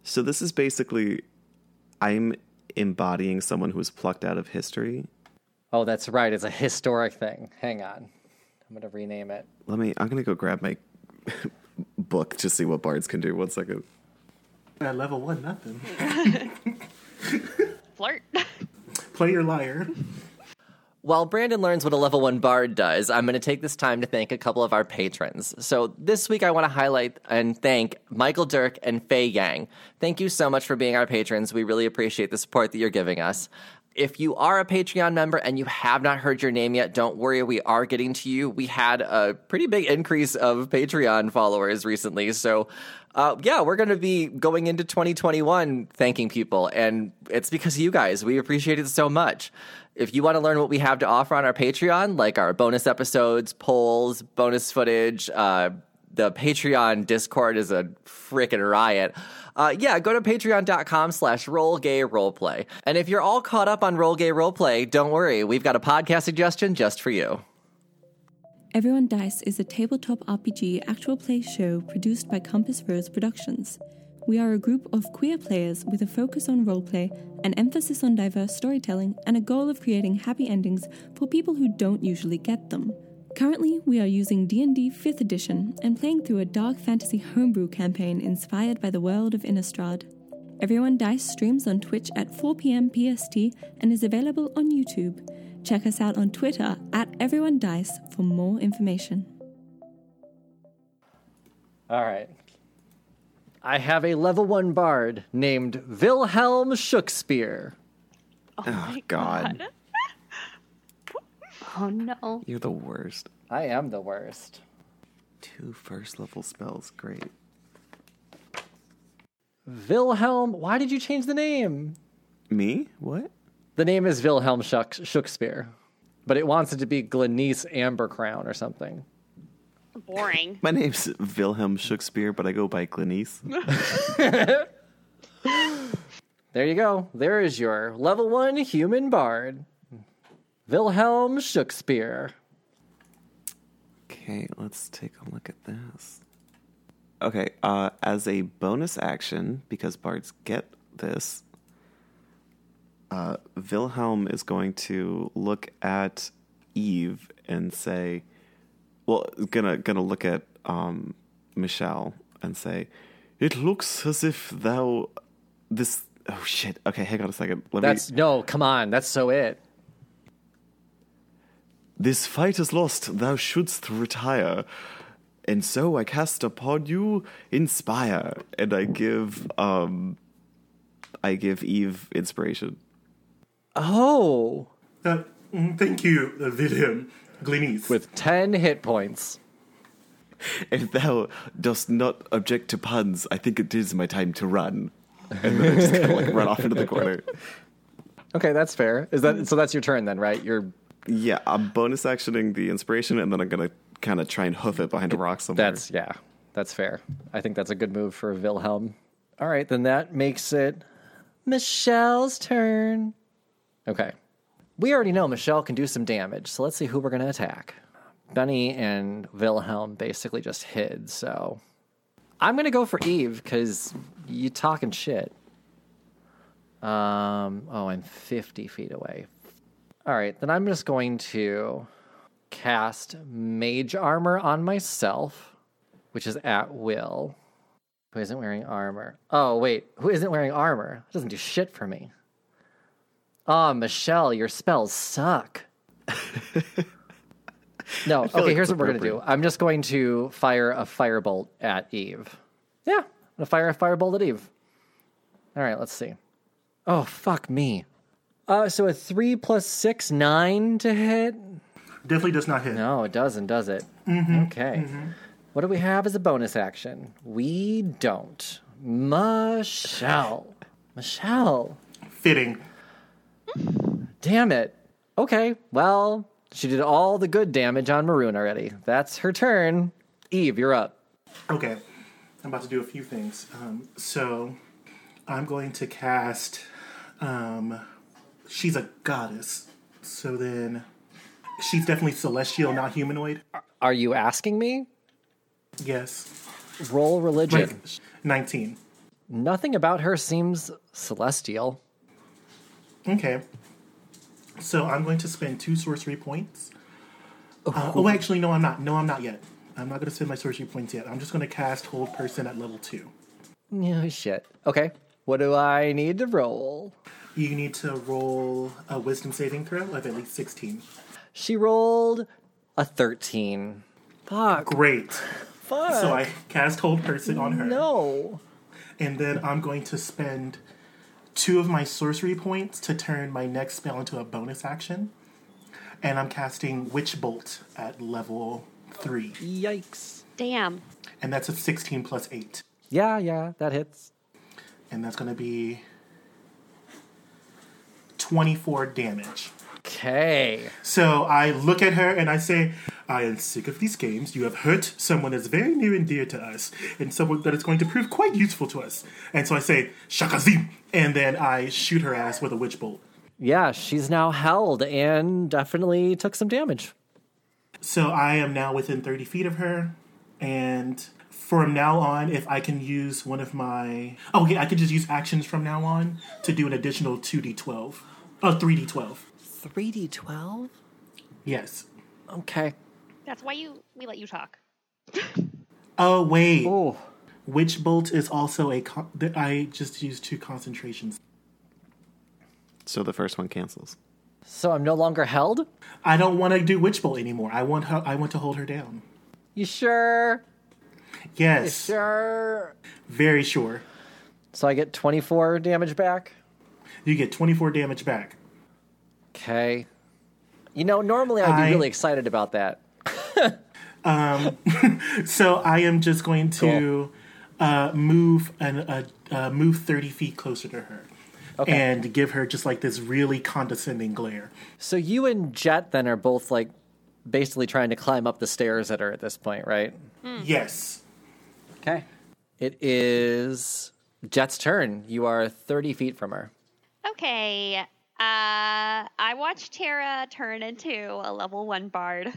Speaker 1: So this is basically, I'm embodying someone who was plucked out of history
Speaker 2: Oh, that's right. It's a historic thing. Hang on. I'm gonna rename it.
Speaker 1: Let me. I'm gonna go grab my book to see what bards can do. One second.
Speaker 5: At level one, nothing.
Speaker 3: Flirt.
Speaker 5: Play your liar.
Speaker 2: While Brandon learns what a level one bard does, I'm going to take this time to thank a couple of our patrons. So this week, I want to highlight and thank Michael Dirk and Faye Yang. Thank you so much for being our patrons. We really appreciate the support that you're giving us. If you are a Patreon member and you have not heard your name yet, don't worry, we are getting to you. We had a pretty big increase of Patreon followers recently. So, uh, yeah, we're going to be going into 2021 thanking people. And it's because of you guys. We appreciate it so much. If you want to learn what we have to offer on our Patreon, like our bonus episodes, polls, bonus footage, uh, the Patreon Discord is a freaking riot. Uh, yeah, go to patreon.com slash roll gay roleplay. And if you're all caught up on roll gay roleplay, don't worry, we've got a podcast suggestion just for you.
Speaker 6: Everyone Dice is a tabletop RPG actual play show produced by Compass Rose Productions. We are a group of queer players with a focus on roleplay, an emphasis on diverse storytelling, and a goal of creating happy endings for people who don't usually get them. Currently, we are using D&D 5th edition and playing through a dark fantasy homebrew campaign inspired by the world of Innistrad. Everyone Dice streams on Twitch at 4pm PST and is available on YouTube. Check us out on Twitter at Everyone Dice for more information.
Speaker 2: All right. I have a level one bard named Wilhelm Shakespeare.
Speaker 1: Oh, God.
Speaker 4: Oh no.
Speaker 1: you're the worst.
Speaker 2: I am the worst.
Speaker 1: Two first level spells. Great.
Speaker 2: Wilhelm, why did you change the name?
Speaker 1: Me? What?
Speaker 2: The name is Wilhelm Shuck- Shakespeare, but it wants it to be Glenice Ambercrown or something.
Speaker 3: Boring.
Speaker 1: My name's Wilhelm Shakespeare, but I go by Glenice.
Speaker 2: There you go. There is your level one human bard, Wilhelm Shakespeare.
Speaker 1: Okay, let's take a look at this. Okay, uh, as a bonus action, because bards get this, uh, Wilhelm is going to look at Eve and say, "Well, gonna gonna look at um, Michelle and say, it looks as if thou this oh shit. Okay, hang on a second. Let
Speaker 2: That's
Speaker 1: me.
Speaker 2: no, come on. That's so it.
Speaker 1: This fight is lost. Thou shouldst retire. And so I cast upon you inspire, and I give um, I give Eve inspiration.
Speaker 2: Oh,
Speaker 5: Uh, mm, thank you, uh, Wilhelm. Glenice.
Speaker 2: with 10 hit points.
Speaker 1: If thou dost not object to puns, I think it is my time to run. And then I just kind of like run off into the corner.
Speaker 2: Okay, that's fair. Is that so? That's your turn then, right? You're
Speaker 1: Yeah, I'm bonus actioning the inspiration, and then I'm gonna kind of try and hoof it behind a rock somewhere.
Speaker 2: that's yeah, that's fair. I think that's a good move for Wilhelm. All right, then that makes it Michelle's turn. Okay, we already know Michelle can do some damage, so let's see who we're gonna attack. Benny and Wilhelm basically just hid, so I'm gonna go for Eve because you talking shit. Um. Oh, I'm 50 feet away. All right, then I'm just going to cast mage armor on myself, which is at will. Who isn't wearing armor? Oh, wait, who isn't wearing armor? That doesn't do shit for me. Oh, Michelle, your spells suck. no, okay,
Speaker 1: like it's
Speaker 2: here's what we're going to do. I'm just going to fire a firebolt at Eve. Yeah, I'm going to fire a firebolt at Eve. All right, let's see. Oh, fuck me. Uh, so a three plus six, nine to hit?
Speaker 5: Definitely does not hit.
Speaker 2: No, it doesn't, does it?
Speaker 5: Mm-hmm.
Speaker 2: Okay. What do we have as a bonus action? We don't. Michelle. Michelle.
Speaker 5: Fitting.
Speaker 2: Damn it. Okay, well, she did all the good damage on Maroon already. That's her turn. Eve, you're up.
Speaker 5: Okay, I'm about to do a few things. Um, so I'm going to cast. Um, she's a goddess, so then she's definitely celestial, not humanoid.
Speaker 2: Are you asking me?
Speaker 5: Yes,
Speaker 2: Roll religion.
Speaker 5: Like, nineteen.
Speaker 2: Nothing about her seems celestial.
Speaker 5: Okay, so I'm going to spend two sorcery points Uh, oh, actually, no, I'm not. No, I'm not yet. I'm not going to spend my sorcery points yet. I'm just going to cast Hold Person at level two.
Speaker 2: Oh, shit. Okay. What do I need to roll?
Speaker 5: You need to roll a Wisdom saving throw of at least 16.
Speaker 2: She rolled a 13. Fuck.
Speaker 5: Great.
Speaker 2: Fuck.
Speaker 5: So I cast Hold Person on her.
Speaker 2: no.
Speaker 5: and then I'm going to spend two of my sorcery points to turn my next spell into a bonus action. And I'm casting Witch Bolt at level three,
Speaker 2: Yikes.
Speaker 3: Damn.
Speaker 5: and that's a 16 plus eight,
Speaker 2: Yeah, yeah, that hits.
Speaker 5: and that's going to be 24 damage.
Speaker 2: Okay.
Speaker 5: So I look at her and I say, I am sick of these games. You have hurt someone that's very near and dear to us, and someone that is going to prove quite useful to us. And so I say, Shakazim! And then I shoot her ass with a witch bolt.
Speaker 2: Yeah, she's now held and definitely took some damage.
Speaker 5: So I am now within 30 feet of her, and from now on, if I can use one of my. Oh, okay, I could just use actions from now on to do an additional 2d12. Oh, 3d12.
Speaker 2: 3d12?
Speaker 5: Yes.
Speaker 2: Okay.
Speaker 3: That's why you we let you talk.
Speaker 5: Oh, wait.
Speaker 2: Oh,
Speaker 5: Witch Bolt is also a. Con- th- I just used two concentrations.
Speaker 1: So the first one cancels.
Speaker 2: so I'm no longer held?
Speaker 5: I don't want to do Witch Bolt anymore. I want her. I want to hold her down.
Speaker 2: You sure?
Speaker 5: Yes.
Speaker 2: Sure.
Speaker 5: Very sure.
Speaker 2: So I get 24 damage back?
Speaker 5: You get 24 damage back.
Speaker 2: Okay. You know, normally I'd be
Speaker 5: I-
Speaker 2: really excited about that.
Speaker 5: So I am just going to uh, move and uh, uh, move thirty feet closer to her, and give her just like this really condescending glare.
Speaker 2: So you and Jet then are both like basically trying to climb up the stairs at her at this point, right?
Speaker 5: Yes.
Speaker 2: Okay. It is Jet's turn. You are 30 feet from her.
Speaker 3: Okay. Uh, I watched Tara turn into a level one bard.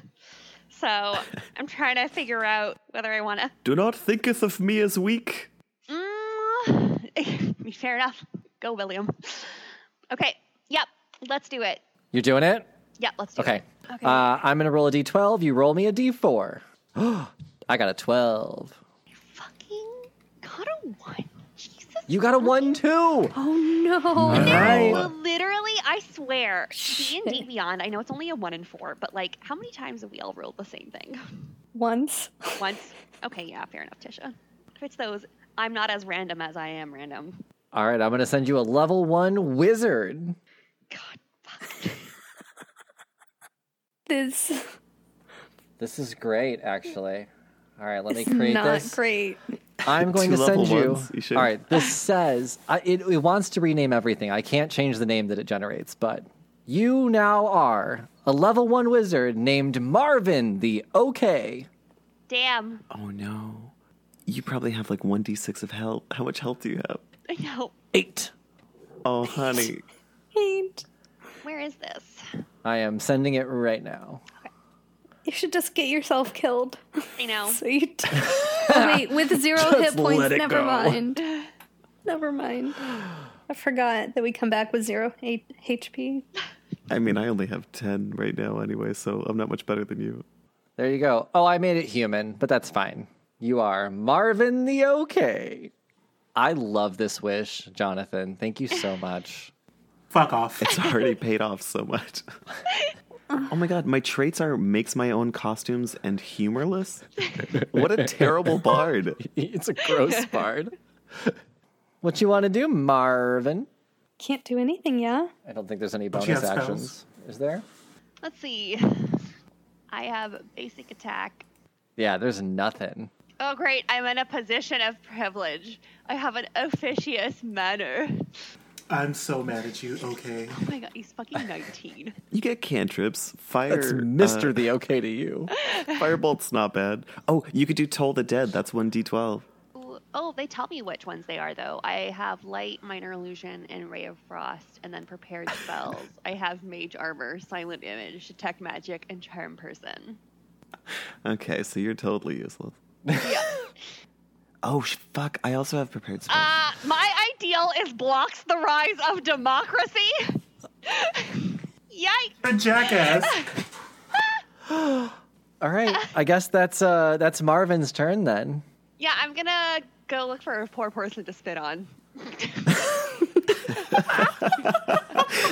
Speaker 3: So I'm trying to figure out whether I want to.
Speaker 1: Do not thinketh of me as weak.
Speaker 3: Mm, fair enough. Go, William. Okay. Yep. Let's do it.
Speaker 2: You're doing it?
Speaker 3: Yep. Let's do
Speaker 2: Okay.
Speaker 3: it.
Speaker 2: Uh, I'm going to roll a d12. You roll me a d4. I got a 12.
Speaker 3: Fucking got a one. Jesus.
Speaker 2: You got a 1 too.
Speaker 4: Oh no.
Speaker 2: Right.
Speaker 3: Well, literally, I swear, D and D Beyond. I know it's only a one in four, but like, how many times have we all rolled the same thing?
Speaker 4: Once.
Speaker 3: Once. Okay. Yeah. Fair enough, Tisha. If it's those, I'm not as random as I am random.
Speaker 2: All right. I'm going to send you a level 1 wizard.
Speaker 3: God.
Speaker 4: This
Speaker 2: This is great, actually. All right, let me
Speaker 4: is
Speaker 2: create
Speaker 4: not
Speaker 2: this.
Speaker 4: great.
Speaker 2: I'm going
Speaker 1: Two
Speaker 2: to
Speaker 1: level
Speaker 2: send you.
Speaker 1: ones, you should.
Speaker 2: All right, this says I, it, it wants to rename everything. I can't change the name that it generates, but you now are a level one wizard named Marvin the OK.
Speaker 3: Damn.
Speaker 1: Oh no. You probably have like 1d6 of health. How much health do you have?
Speaker 3: I know.
Speaker 2: Eight.
Speaker 1: Oh, honey.
Speaker 4: Ain't.
Speaker 3: Where is this?
Speaker 2: I am sending it right now.
Speaker 4: You should just get yourself killed.
Speaker 3: I know.
Speaker 4: Sweet. oh, wait, with zero hit points.
Speaker 1: let it
Speaker 4: Never
Speaker 1: go.
Speaker 4: mind. Never mind. I forgot that we come back with zero H- HP.
Speaker 1: I mean, I only have 10 right now anyway, so I'm not much better than you.
Speaker 2: There you go. Oh, I made it human, but that's fine. You are Marvin the OK. I love this wish, Jonathan. Thank you so much.
Speaker 5: Fuck off.
Speaker 1: It's already paid off so much. Oh my god, my traits are makes my own costumes and humorless. What a terrible bard.
Speaker 2: it's a gross bard. What you want to do, Marvin?
Speaker 4: Can't do anything, yeah?
Speaker 2: I don't think there's any
Speaker 5: she
Speaker 2: bonus
Speaker 5: have spells?
Speaker 2: actions. Is there?
Speaker 3: Let's see. I have basic attack.
Speaker 2: Yeah, there's nothing.
Speaker 3: Oh, great. I'm in a position of privilege. I have an officious manner.
Speaker 5: I'm so mad at you. Okay.
Speaker 3: Oh my god, he's fucking 19.
Speaker 1: You get cantrips, fire.
Speaker 2: It's Mr. the okay to you.
Speaker 1: Uh, Firebolt's not bad. Oh, you could do Toll the Dead. That's 1d12.
Speaker 3: Ooh, Oh, they tell me which ones they are, though. I have Light, Minor Illusion, and Ray of Frost, and then Prepared Spells. I have Mage Armor, Silent Image, Detect Magic, and Charm Person.
Speaker 1: Okay, so you're totally useless. oh, sh- fuck. I also have prepared spells.
Speaker 3: Uh, my ideal is blocks the rise of democracy. Yikes!
Speaker 5: You're a jackass.
Speaker 2: All right. I guess that's uh that's Marvin's turn then.
Speaker 3: Yeah, I'm gonna go look for a poor person to spit on.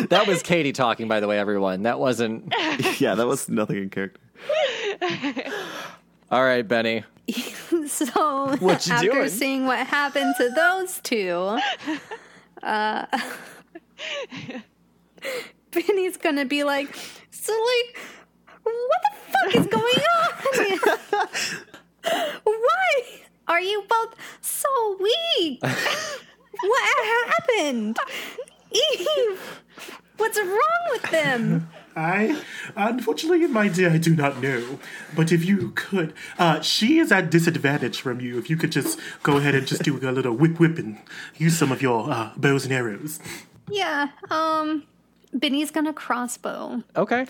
Speaker 2: That was Katie talking, by the way, everyone. That wasn't
Speaker 1: yeah, that was nothing in character.
Speaker 2: All right, Benny.
Speaker 4: So
Speaker 2: What you
Speaker 4: after
Speaker 2: doing?
Speaker 4: seeing what happened to those two, uh, Benny's gonna be like, "So like, what the fuck is going on? Why are you both so weak? What happened, Eve? What's wrong with them?
Speaker 5: I, unfortunately, my dear, I do not know. But if you could, uh, she is at disadvantage from you. If you could just go ahead and just do a little whip whip and use some of your uh, bows and arrows.
Speaker 4: Yeah, um, Benny's gonna crossbow."
Speaker 2: Okay.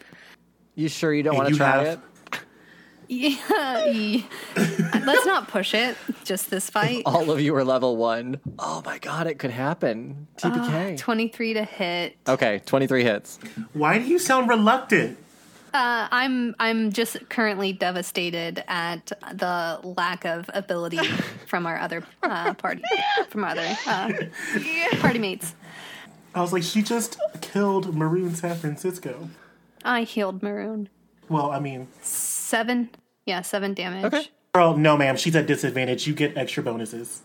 Speaker 2: You sure you don't
Speaker 5: Hey,
Speaker 2: want to
Speaker 5: you
Speaker 2: try
Speaker 5: have-
Speaker 2: it?
Speaker 4: Yeah. ye- E. Let's not push it. Just this fight.
Speaker 2: All of you are level one. Oh my god, it could happen.
Speaker 5: Ah,
Speaker 2: TPK.
Speaker 4: 23 to hit.
Speaker 2: okay, 23 hits.
Speaker 5: Why do you sound reluctant?
Speaker 4: Uh, I'm I'm just currently devastated at the lack of ability from our other uh, party from our other uh, party mates.
Speaker 5: I was like, she just killed Maroon San Francisco.
Speaker 4: I healed Maroon.
Speaker 5: Well, I mean,
Speaker 4: 7. Yeah, 7 damage.
Speaker 2: Okay.
Speaker 5: girl, no, ma'am, she's at disadvantage. You get extra bonuses.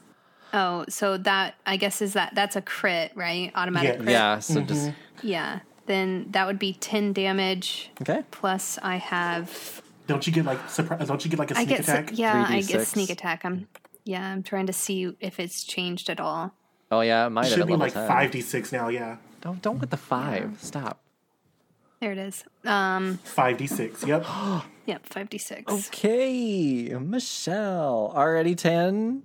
Speaker 4: Oh, so that I guess is that that's a crit, right? Automatic
Speaker 5: Yeah.
Speaker 4: crit.
Speaker 2: Yeah, so
Speaker 5: Mm-hmm.
Speaker 2: just
Speaker 4: Yeah. Then that would be 10 damage
Speaker 2: Okay.
Speaker 4: plus I have
Speaker 5: Don't you get like surprise? Don't you get like a
Speaker 4: I
Speaker 5: sneak
Speaker 4: get s-
Speaker 5: attack?
Speaker 4: yeah, I get
Speaker 2: 3d6.
Speaker 4: sneak attack. I'm yeah, I'm trying to see if it's changed at all.
Speaker 2: Oh yeah, it might have
Speaker 5: Should
Speaker 2: at
Speaker 5: be
Speaker 2: level
Speaker 5: like
Speaker 2: 10.
Speaker 5: five d six now. Yeah,
Speaker 2: Don't don't get the 5. Stop.
Speaker 4: There it is. Um,
Speaker 5: five d six. Yep.
Speaker 4: yep, five d six.
Speaker 2: Oh. Okay, Michelle. Already 10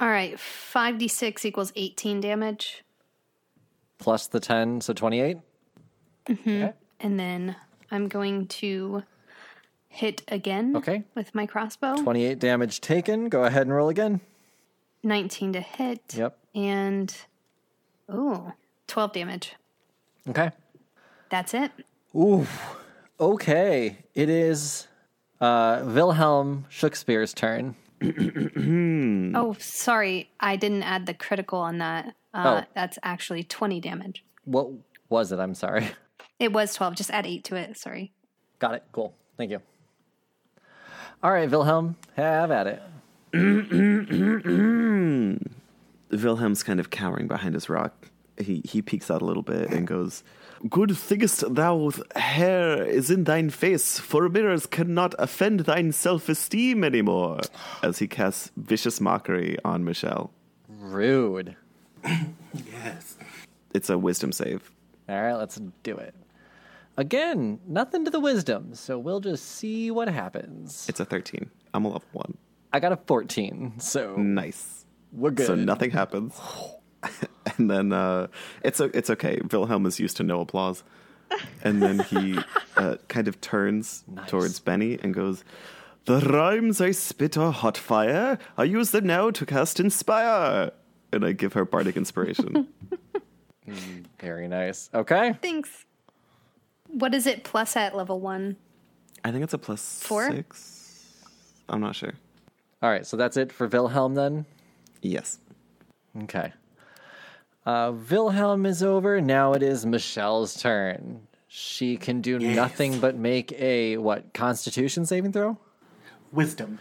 Speaker 4: All right, five d six equals eighteen damage,
Speaker 2: plus the 10, so 28. Okay.
Speaker 4: and then I'm going to hit again.
Speaker 2: Okay.
Speaker 4: with my crossbow,
Speaker 2: 28 damage taken. Go ahead and roll again.
Speaker 4: nineteen to hit.
Speaker 2: Yep.
Speaker 4: and ooh, 12 damage.
Speaker 2: Okay.
Speaker 4: That's it.
Speaker 2: Okay, it is uh, Wilhelm Shakespeare's turn. Mm.
Speaker 4: Oh, sorry, I didn't add the critical on that. Uh,
Speaker 2: Oh.
Speaker 4: That's actually twenty damage.
Speaker 2: What was it? I'm sorry.
Speaker 4: It was twelve. Just add eight to it. Sorry.
Speaker 2: Got it. Cool. Thank you. All right, Wilhelm, have at it.
Speaker 1: Wilhelm's kind of cowering behind his rock. He he peeks out a little bit and goes, "Good thinkest thou hair is in thine face, for mirrors cannot offend thine self-esteem anymore." As he casts vicious mockery on Michelle,
Speaker 2: Rude.
Speaker 5: Yes.
Speaker 1: it's a wisdom save.
Speaker 2: All right, let's do it. Again, nothing to the wisdom, so we'll just see what happens.
Speaker 1: It's a thirteen. I'm a level one.
Speaker 2: I got a 14, so
Speaker 1: Nice.
Speaker 2: we're good.
Speaker 1: So nothing happens. and then uh, it's o- it's okay. Wilhelm is used to no applause. And then he uh, kind of turns towards Benny and goes, "The rhymes I spit are hot fire. I use them now to cast inspire." And I give her bardic inspiration.
Speaker 2: Very nice. Okay.
Speaker 4: Thanks. What is it plus at level one?
Speaker 1: I think it's a plus
Speaker 4: Four?
Speaker 1: six. I'm not sure.
Speaker 2: All right, so that's it for Wilhelm then.
Speaker 1: Yes.
Speaker 2: Okay. Uh, Wilhelm is over. Now it is Michelle's turn. She can do nothing but make a what Constitution saving throw.
Speaker 5: Wisdom.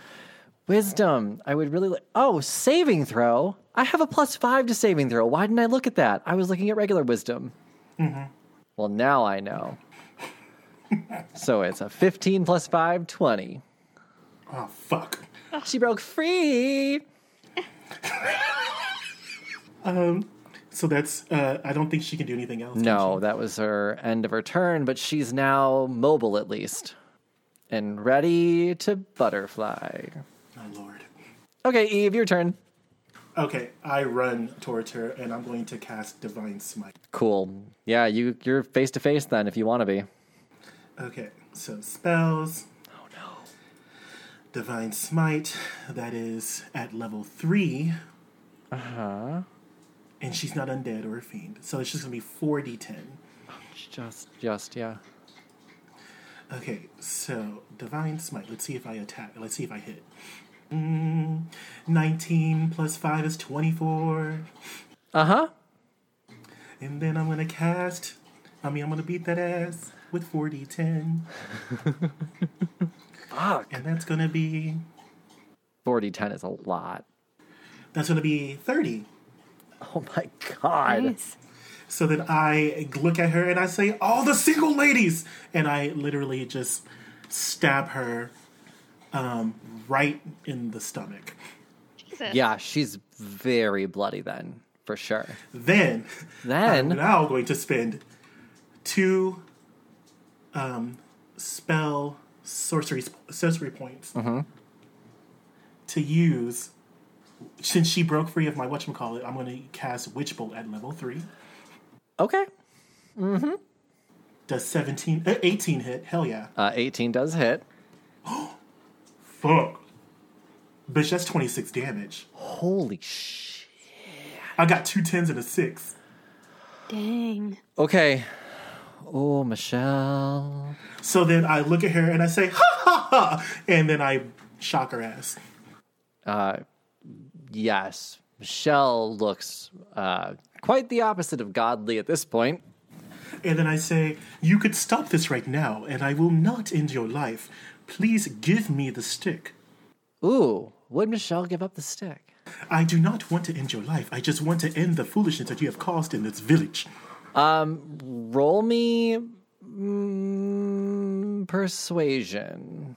Speaker 2: Wisdom. I would really like. Oh, saving throw. I have a plus five to saving throw. Why didn't I look at that? I was looking at regular wisdom. Mm-hmm. Well, now I know. so it's a 15 plus 5, 20.
Speaker 5: Oh fuck.
Speaker 2: She broke free.
Speaker 5: So that's. Uh, I don't think she can do anything else.
Speaker 2: No, that was her end of her turn, but she's now mobile at least and ready to butterfly.
Speaker 5: Oh lord.
Speaker 2: Okay, Eve, your turn.
Speaker 5: Okay, I run towards her and I'm going to cast Divine Smite.
Speaker 2: Cool. Yeah, you you're face to face then if you want to be.
Speaker 5: Okay, so spells. Oh no. Divine Smite, that is at level three. Uh huh. And she's not undead or a fiend, so it's just gonna be 4d10.
Speaker 2: Just just yeah.
Speaker 5: Okay, so divine smite. Let's see if I attack. Let's see if I hit. Mm, Nineteen plus five is twenty-four,
Speaker 2: Uh huh.
Speaker 5: and then I'm gonna cast. I mean, I'm gonna beat that ass with four d ten,
Speaker 2: Fuck.
Speaker 5: and that's gonna be
Speaker 2: 40 10 is a lot.
Speaker 5: that's gonna be thirty.
Speaker 2: Oh my god.
Speaker 4: Nice.
Speaker 5: So then I look at her and I say, "All the single ladies," and I literally just stab her um, right in the stomach.
Speaker 3: Jesus.
Speaker 2: Yeah, she's very bloody then, for sure.
Speaker 5: Then I'm
Speaker 2: Then,
Speaker 5: now going to spend two um, spell sorcery sorcery points
Speaker 2: Mm-hmm.
Speaker 5: to use. Since she broke free of my whatchamacallit, I'm going to cast Witch Bolt at level three.
Speaker 2: okay.
Speaker 5: Does 17, uh, 18 hit? Hell yeah.
Speaker 2: Uh, 18 does hit.
Speaker 5: Fuck. Bitch, that's 26 damage.
Speaker 2: Holy shit.
Speaker 5: I got two tens and a six.
Speaker 4: Dang.
Speaker 2: Okay. Oh, Michelle.
Speaker 5: So then I look at her and I say, ha ha ha! And then I shock her ass.
Speaker 2: Yes. Michelle looks uh, quite the opposite of godly at this point.
Speaker 5: And then I say, You could stop this right now, and I will not end your life. Please give me the stick.
Speaker 2: Ooh, would Michelle give up the stick?
Speaker 5: I do not want to end your life. I just want to end the foolishness that you have caused in this village.
Speaker 2: Roll me mm, persuasion.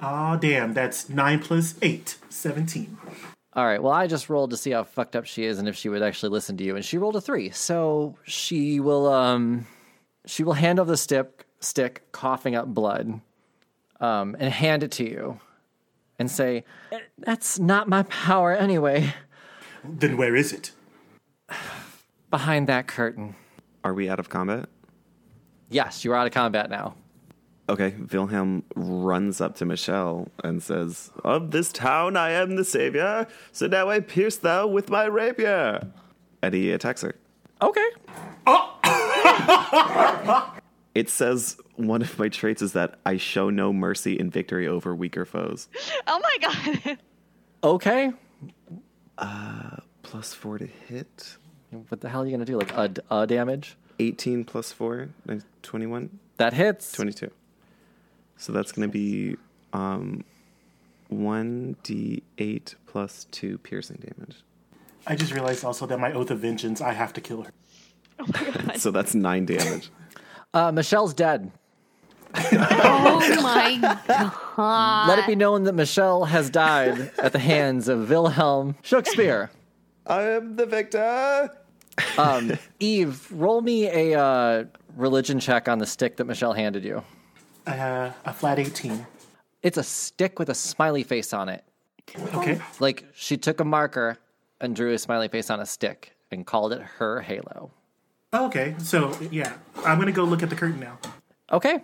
Speaker 5: Ah, damn, that's 9 plus 8, 17.
Speaker 2: All right, well, I just rolled to see how fucked up she is and if she would actually listen to you, and she rolled a three. So she will, um, she will hand over the stick, stick, coughing up blood, um, and hand it to you, and say, "That's not my power anyway."
Speaker 5: Then where is it?
Speaker 2: Behind that curtain.
Speaker 1: Are we out of combat?
Speaker 2: Yes, you're out of combat now.
Speaker 1: Okay, Wilhelm runs up to Michelle and says, Of this town I am the savior, so now I pierce thou with my rapier. And he attacks her.
Speaker 2: Okay.
Speaker 1: It says, One of my traits is that I show no mercy in victory over weaker foes.
Speaker 3: Oh my god.
Speaker 2: Okay.
Speaker 1: Plus four to hit.
Speaker 2: What the hell are you gonna do? Like a, a damage?
Speaker 1: 18 plus four, uh, 21,
Speaker 2: That hits.
Speaker 1: 22. So that's going to be um, 1d8 plus 2 piercing damage.
Speaker 5: I just realized also that my oath of vengeance, I have to kill her.
Speaker 3: Oh my god.
Speaker 1: So that's 9 damage.
Speaker 2: Uh, Michelle's dead.
Speaker 4: Oh my god.
Speaker 2: Let it be known that Michelle has died at the hands of Wilhelm Shakespeare.
Speaker 1: I am the victor!
Speaker 2: Um, Eve, roll me a uh, religion check on the stick that Michelle handed you.
Speaker 5: Uh, a flat 18.
Speaker 2: It's a stick with a smiley face on it.
Speaker 5: Okay.
Speaker 2: Like she took a marker and drew a smiley face on a stick and called it her halo.
Speaker 5: Okay, so yeah, I'm gonna go look at the curtain now.
Speaker 2: Okay.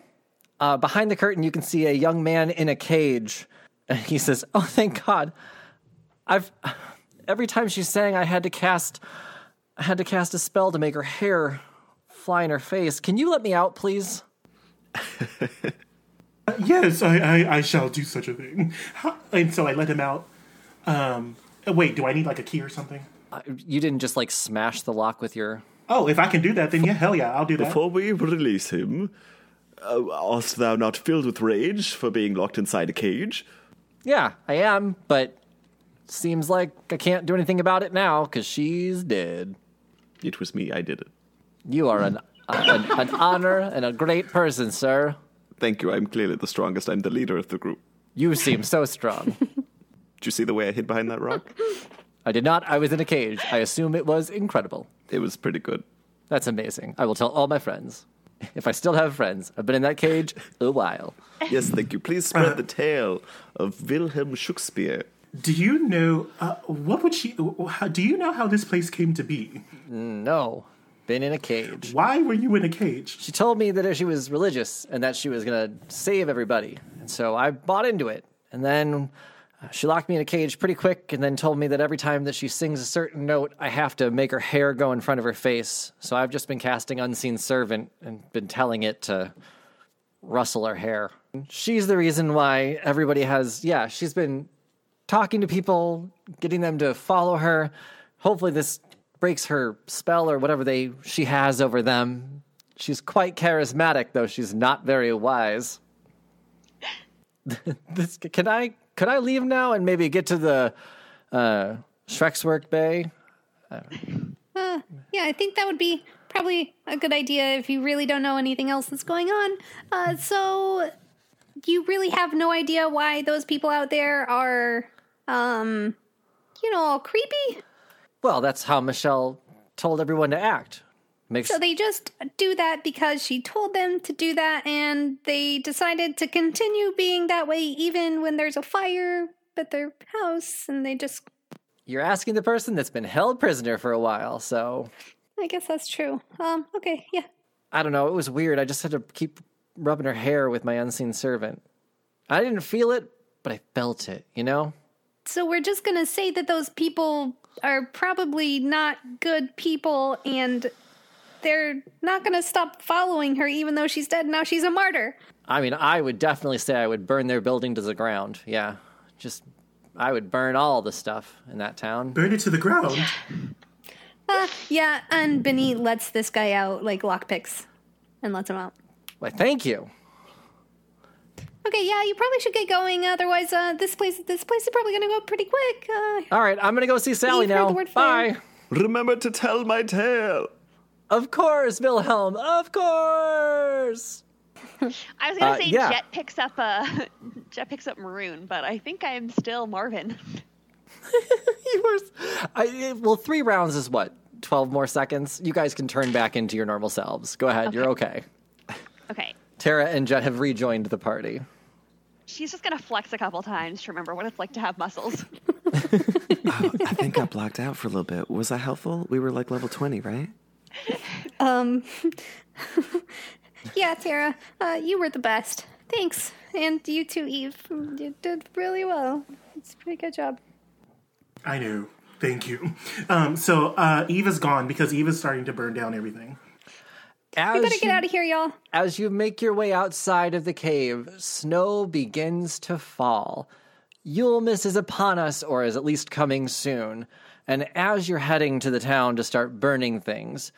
Speaker 2: Uh, behind the curtain, you can see a young man in a cage. And he says, Oh, thank God. I've. Every time she sang, I had to cast. I had to cast a spell to make her hair fly in her face. Can you let me out, please?
Speaker 5: Yes, I, I, I shall do such a thing. How- And so I let him out. Um, uh, wait, do I need like a key or something?
Speaker 2: Uh, You didn't just like smash the lock with your.
Speaker 5: Oh, if I can do that, then yeah, hell yeah, I'll do that.
Speaker 1: Before we release him, uh, art thou not filled with rage for being locked inside a cage?
Speaker 2: Yeah, I am, but seems like I can't do anything about it now because she's dead.
Speaker 1: It was me, I did it.
Speaker 2: You are an, uh, an, an honor and a great person, sir.
Speaker 1: Thank you, I'm clearly the strongest. I'm the leader of the group.
Speaker 2: You seem so strong.
Speaker 1: Did you see the way I hid behind that rock?
Speaker 2: I did not. I was in a cage. I assume it was incredible.
Speaker 1: It was pretty good.
Speaker 2: That's amazing. I will tell all my friends. If I still have friends, I've been in that cage a while.
Speaker 1: Yes, thank you. Please spread the tale of Wilhelm Shakespeare.
Speaker 5: Do you know uh, what would she? How, do you know how this place came to be?
Speaker 2: No, been in a cage.
Speaker 5: Why were you in a cage?
Speaker 2: She told me that she was religious and that she was going to save everybody. And so I bought into it. And then uh, she locked me in a cage pretty quick and then told me that every time that she sings a certain note, I have to make her hair go in front of her face. So I've just been casting Unseen Servant and been telling it to rustle her hair. She's the reason why everybody has, yeah, she's been talking to people, getting them to follow her. Hopefully, this breaks her spell or whatever they she has over them. She's quite charismatic, though she's not very wise. this, can I could I leave now and maybe get to the uh, Shrek's work bay?
Speaker 4: Uh, yeah, I think that would be probably a good idea if you really don't know anything else that's going on. Uh, so you really have no idea why those people out there are, um, you know, all creepy.
Speaker 2: Well, that's how Michelle told everyone to act. Makes
Speaker 4: So they just do that because she told them to do that, and they decided to continue being that way even when there's a fire at their house, and they just.
Speaker 2: you're asking the person that's been held prisoner for a while, so
Speaker 4: I guess that's true. Um, okay, yeah.
Speaker 2: I don't know. It was weird. I just had to keep rubbing her hair with my unseen servant. I didn't feel it, but I felt it, you know?
Speaker 4: So we're just going to say that those people are probably not good people and they're not going to stop following her even though she's dead. Now she's a martyr.
Speaker 2: I mean, I would definitely say I would burn their building to the ground. Yeah. Just, I would burn all the stuff in that town.
Speaker 5: Burn it to the ground.
Speaker 4: Uh, yeah, and Benny lets this guy out like lockpicks and lets him out.
Speaker 2: Why, thank you.
Speaker 4: Okay, yeah, you probably should get going. Otherwise, uh, this place this place is probably going to go pretty quick. Uh,
Speaker 2: All right, I'm going to go see Sally
Speaker 4: You've heard
Speaker 2: now.
Speaker 4: the word
Speaker 2: Bye.
Speaker 1: Remember to tell my tale.
Speaker 2: Of course, Wilhelm. Of course.
Speaker 3: I was gonna
Speaker 2: Uh,
Speaker 3: say
Speaker 2: yeah.
Speaker 3: Jet picks up uh, Jet picks up Maroon, but I think I am still Marvin.
Speaker 2: You were, s- I, it- well, three rounds is what? 12 more seconds? You guys can turn back into your normal selves. Go ahead. You're okay.
Speaker 3: Okay,
Speaker 2: Tara and Jet have rejoined the party.
Speaker 3: she's just gonna flex a couple times to remember what it's like to have muscles.
Speaker 1: Oh, I think I blocked out for a little bit. Was that helpful? We were like level 20, right?
Speaker 4: um, yeah, Tara, uh, you were the best. Thanks. And you too, Eve. You did really well. It's a pretty good job.
Speaker 5: I knew. Thank you. Um, so uh, Eve is gone because Eve is starting to burn down everything.
Speaker 2: As
Speaker 4: We better get out of here, y'all.
Speaker 2: As you make your way outside of the cave, snow begins to fall. Yulmus is upon us, or is at least coming soon. And as you're heading to the town to start burning things,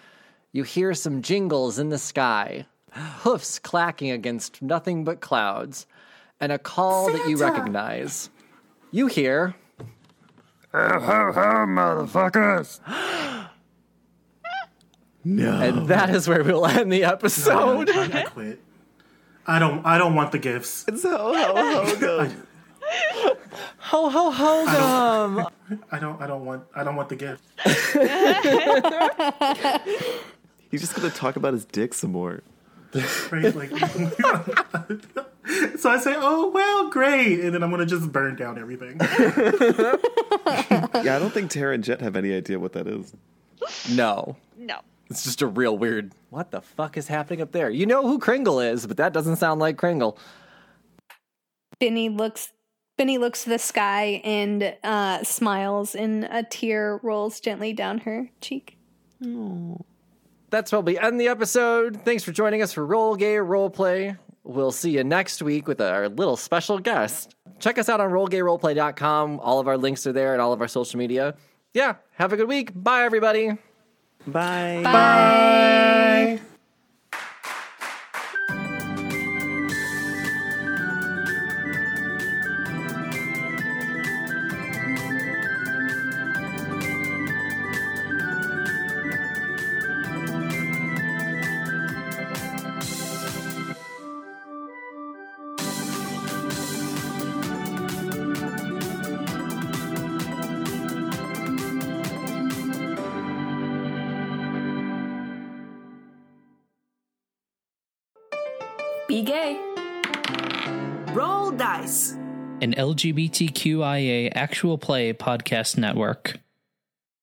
Speaker 2: you hear some jingles in the sky, hoofs clacking against nothing but clouds, and a call that you recognize. You hear.
Speaker 1: No.
Speaker 2: And that is where we'll end the episode.
Speaker 5: I, I quit. I don't. I don't want the gifts.
Speaker 1: so ho ho go.
Speaker 2: Ho, ho, ho, gum.
Speaker 5: I don't. I don't want. I don't want the gift.
Speaker 1: He's just gonna talk about his dick some more.
Speaker 5: Right? Like, so I say, "Oh well, great," and then I'm gonna just burn down everything.
Speaker 1: Yeah, I don't think Tara and Jet have any idea what that is.
Speaker 2: No.
Speaker 3: No,
Speaker 2: It's just a real weird. What the fuck is happening up there? You know who Kringle is, but that doesn't sound like Kringle.
Speaker 4: Benny looks Benny looks to the sky and uh, smiles, and a tear rolls gently down her cheek.
Speaker 2: That's probably end the episode. Thanks for joining us for Roll Gay Roleplay. We'll see you next week with our little special guest. Check us out on rollgayroleplay.com. All of our links are there and all of our social media. Yeah, have a good week. Bye, everybody.
Speaker 1: Bye.
Speaker 5: Bye.
Speaker 7: Be gay. Roll dice.
Speaker 8: an LGBTQIA actual play podcast network.